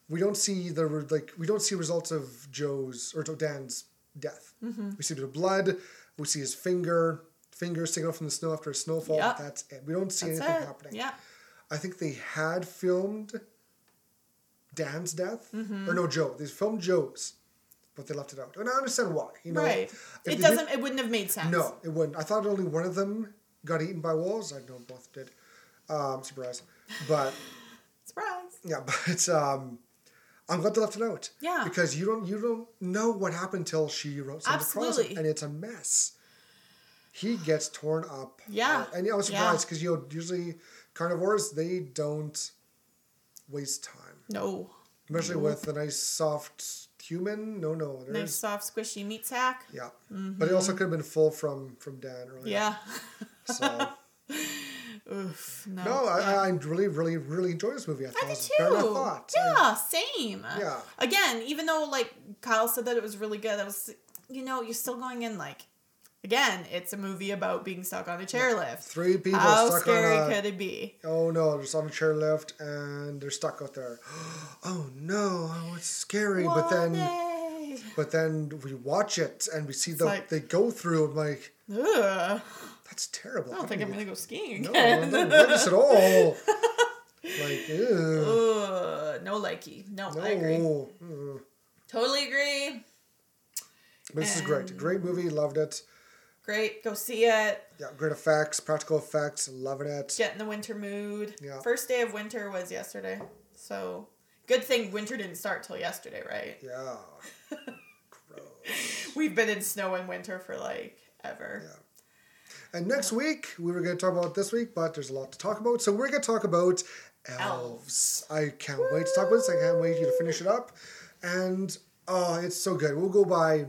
We don't see the re- like we don't see results of Joe's or Dan's death. Mm-hmm. We see a bit of blood. We see his finger finger sticking out from the snow after a snowfall. Yep. But that's it. We don't see That's anything it. happening. Yeah. I think they had filmed Dan's death Mm-hmm. or no Joe. They filmed Joe's, but they left it out. And I understand why. You know, right. If they It did- doesn't. It wouldn't have made sense. no, it wouldn't. I thought only one of them got eaten by wolves. I know both did. Um, surprise. But Surprise. yeah, but um, I'm glad they left it out. Yeah. Because you don't you don't know what happened till she wrote something across it, Absolutely. and it's a mess. He gets torn up. Yeah. And I was Yeah. surprised because you know usually carnivores they don't waste time, No. Mm-hmm. especially with a nice soft human. No, no, there's Nice soft squishy meat sack. yeah. But it also could have been full from from Dan earlier. Yeah. So. Oof. No. No, I, yeah. I really, really, really enjoy this movie. I thought I it was did better than I too. thought. Yeah, same. Yeah. Again, even though like Kyle said that it was really good, I was you know you're still going in like, again, it's a movie about being stuck on a chairlift. Three people How stuck scary on a. could it be? Oh no, they're on a chairlift and they're stuck out there. oh no, oh, it's scary. but then, One day. but then we watch it and we see It's the like- they go through. I'm like, Ugh. that's terrible. I don't think I'm gonna go skiing No, again. I don't like this at all. like, ew. Ugh, Uh, no likey. No, No. I agree. Mm. Totally agree. But This is great. And- Great movie. Loved it. Great. Go see it. Yeah, great effects, practical effects. Loving it. Get in the winter mood. Yeah. First day of winter was yesterday. So good thing winter didn't start till yesterday, right? Yeah. We've been in snow and winter for like ever. And next week, we were going to talk about this week, but there's a lot to talk about. So we're going to talk about elves. I can't wait to talk about this. I can't wait you to finish it up. And oh, it's so good. We'll go by.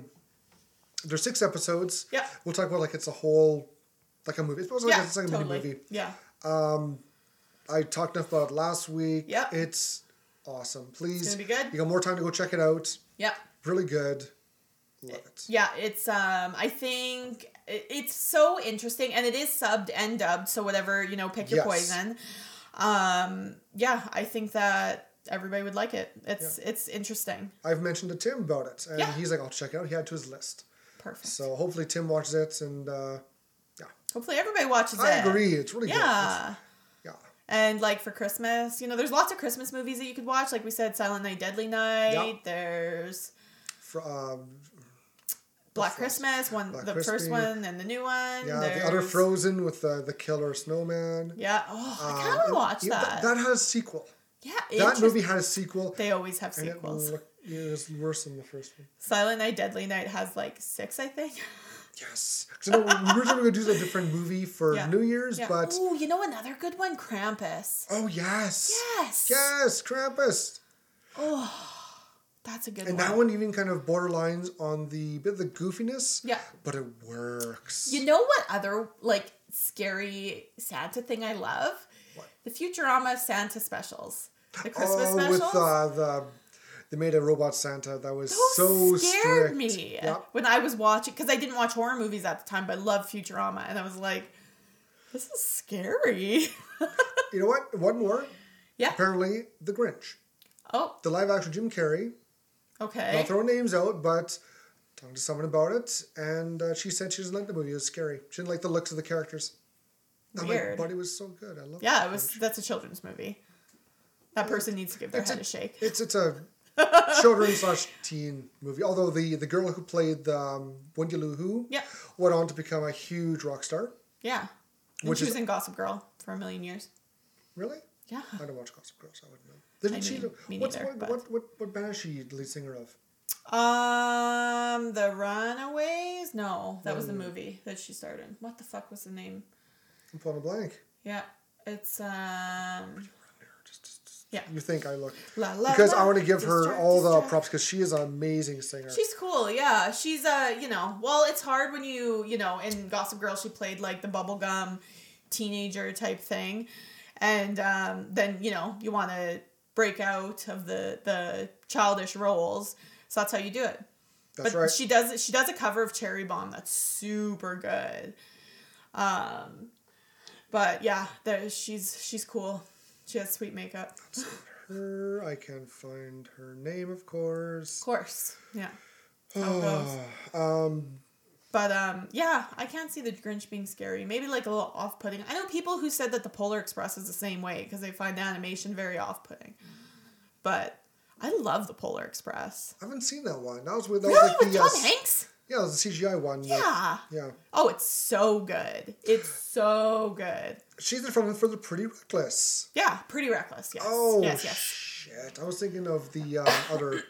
There's six episodes. Yeah. We'll talk about like it's a whole, like a movie. It's supposed to Yeah, like, it's like a totally. mini movie. Yeah. I talked enough about it last week. Yeah. It's awesome. Please. gonna be good. You got more time to go check it out. Yeah. Really good. Love it. Yeah, it's um I think it- it's so interesting and it is subbed and dubbed, so whatever, you know, pick your Yes. poison. Um yeah, I think that everybody would like it. It's it's interesting. I've mentioned to Tim about it, and Yeah. he's like, I'll check it out. He had it to his list. Perfect. So hopefully Tim watches it, and uh, Hopefully everybody watches I it. agree. It's really Yeah. good. It's- And like for Christmas, you know, there's lots of Christmas movies that you could watch. Like we said, Silent Night, Deadly Night. Yep. There's yeah. Fr- um, Black Frozen. Christmas, one Black the Christmas. first one and the new one. yeah. there's, The other Frozen with the the killer snowman. Yeah. Oh, I Um, kind of and- watched yeah, that. That had a sequel. Yeah. That interest- movie had a sequel. They always have and sequels. It, looked, it was worse than the first one. Silent Night, Deadly Night has like six, I think. Yes. So no, we were going to do a different movie for Yeah. New Year's, Yeah. but Ooh, you know another good one, Krampus. oh yes, Yes. yes, Krampus, That's a good and one. that one even kind of borderlines on the bit of the goofiness. Yeah. But it works. You know what other like scary Santa thing I love? What? The Futurama Santa specials. The Christmas oh, specials. with uh, the they made a robot Santa that was Those so scared strict. me Yeah. when I was watching because I didn't watch horror movies at the time, but I loved Futurama, and I was like, "This is scary." You know what? One more. Yeah. Apparently, The Grinch, oh, the live action Jim Carrey. okay. I'll throw names out, but talking to someone about it, and uh, she said she doesn't like the movie. It was scary. She didn't like the looks of the characters. I'm Weird. like, but it was so good. I love. yeah, The it was. Grinch." That's a children's movie. That person needs to give their head a shake. It's it's a children slash teen movie. Although the the girl who played the um, Wendy Lou Who Yeah. went on to become a huge rock star. Yeah. And Which she is- was in Gossip Girl for a million years. Really? Yeah. I don't watch Gossip Girls. I wouldn't know. Didn't I she? mean, me what's, neither, what, but- what what what band is she the lead singer of? Um, The Runaways? No, that Mm. was the movie that she starred in. What the fuck was the name? I'm pulling a blank. Yeah, it's um. Yeah. You think I look? La, la, because I la, want to give her distract, all the distract. props because she is an amazing singer. She's cool, yeah. She's uh, you know, well, it's hard when you, you know, in Gossip Girl she played like the bubblegum teenager type thing. And um then, you know, you want to break out of the the childish roles. So that's how you do it. That's but right. she does she does a cover of Cherry Bomb that's super good. Um but yeah, there she's she's cool. She has sweet makeup. her, I can find her name, of course. Of course. Yeah. How it goes. um, But um, yeah, I can't see the Grinch being scary. Maybe like a little off-putting. I know people who said that the Polar Express is the same way because they find the animation very off-putting. But I love the Polar Express. I haven't seen that one. That was with that Really, was like with the Tom uh, Hanks? Yeah, it was the CGI one. like- Yeah. yeah. Oh, it's so good. It's so good. She's the front for the Pretty Reckless. Yeah, pretty reckless. Yes. Oh yes, yes. shit! I was thinking of the um, other,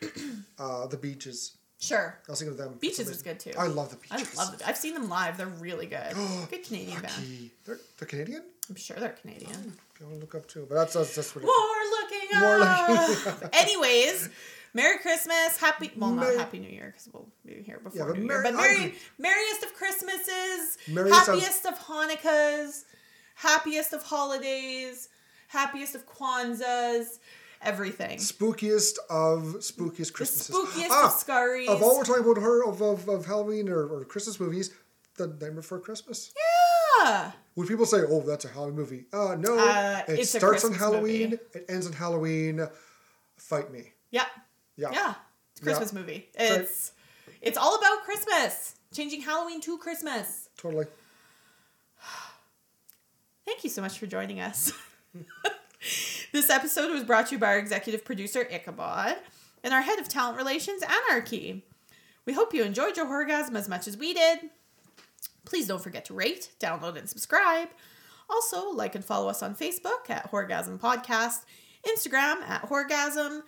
uh, the Beaches. Sure. I was thinking of them. for Beaches some was reason. good too. I love the Beaches. I love them. I've seen them live. They're really good. good Canadian band. Lucky. They're, they're Canadian. I'm sure they're Canadian. I want to look up too, but that's that's, that's what. it- War looking up. War looking Anyways, Merry Christmas, Happy well not Merry- Happy New Year because we'll be here before but New Merry- Year, but I Merry agree. merriest of Christmases, Merriest of- happiest of, Hanukkahs, happiest of holidays, happiest of Kwanzas, everything. Spookiest of spookiest Christmases. Ah, spookiest of Scaries. Of all we're talking about her of, of, of Halloween or, or Christmas movies, the Night Before Christmas. Yeah. When people say, "Oh, that's a Halloween movie," uh, no, Uh, it it's a starts on Christmas Halloween, movie. it ends on Halloween. Fight me. Yeah. Yeah. Yeah. It's a Christmas Yeah. movie. Sorry. It's it's all about Christmas. Changing Halloween to Christmas. Totally. Thank you so much for joining us. this episode was brought to you by our executive producer, Ichabod, and our head of talent relations, Anarchy. We hope you enjoyed your orgasm as much as we did. Please don't forget to rate, download, and subscribe. Also, like and follow us on Facebook at Horgasm Podcast, Instagram at Horgasm,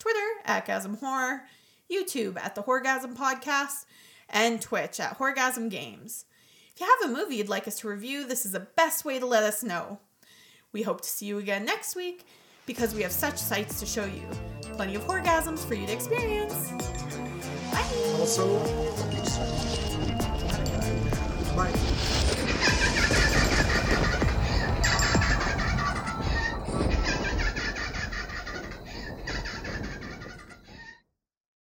Twitter at Gasm Horror, YouTube at The Horgasm Podcast, and Twitch at Horgasm Games. If you have a movie you'd like us to review, this is the best way to let us know. We hope to see you again next week because we have such sights to show you. Plenty of orgasms for you to experience. Bye! Also, my.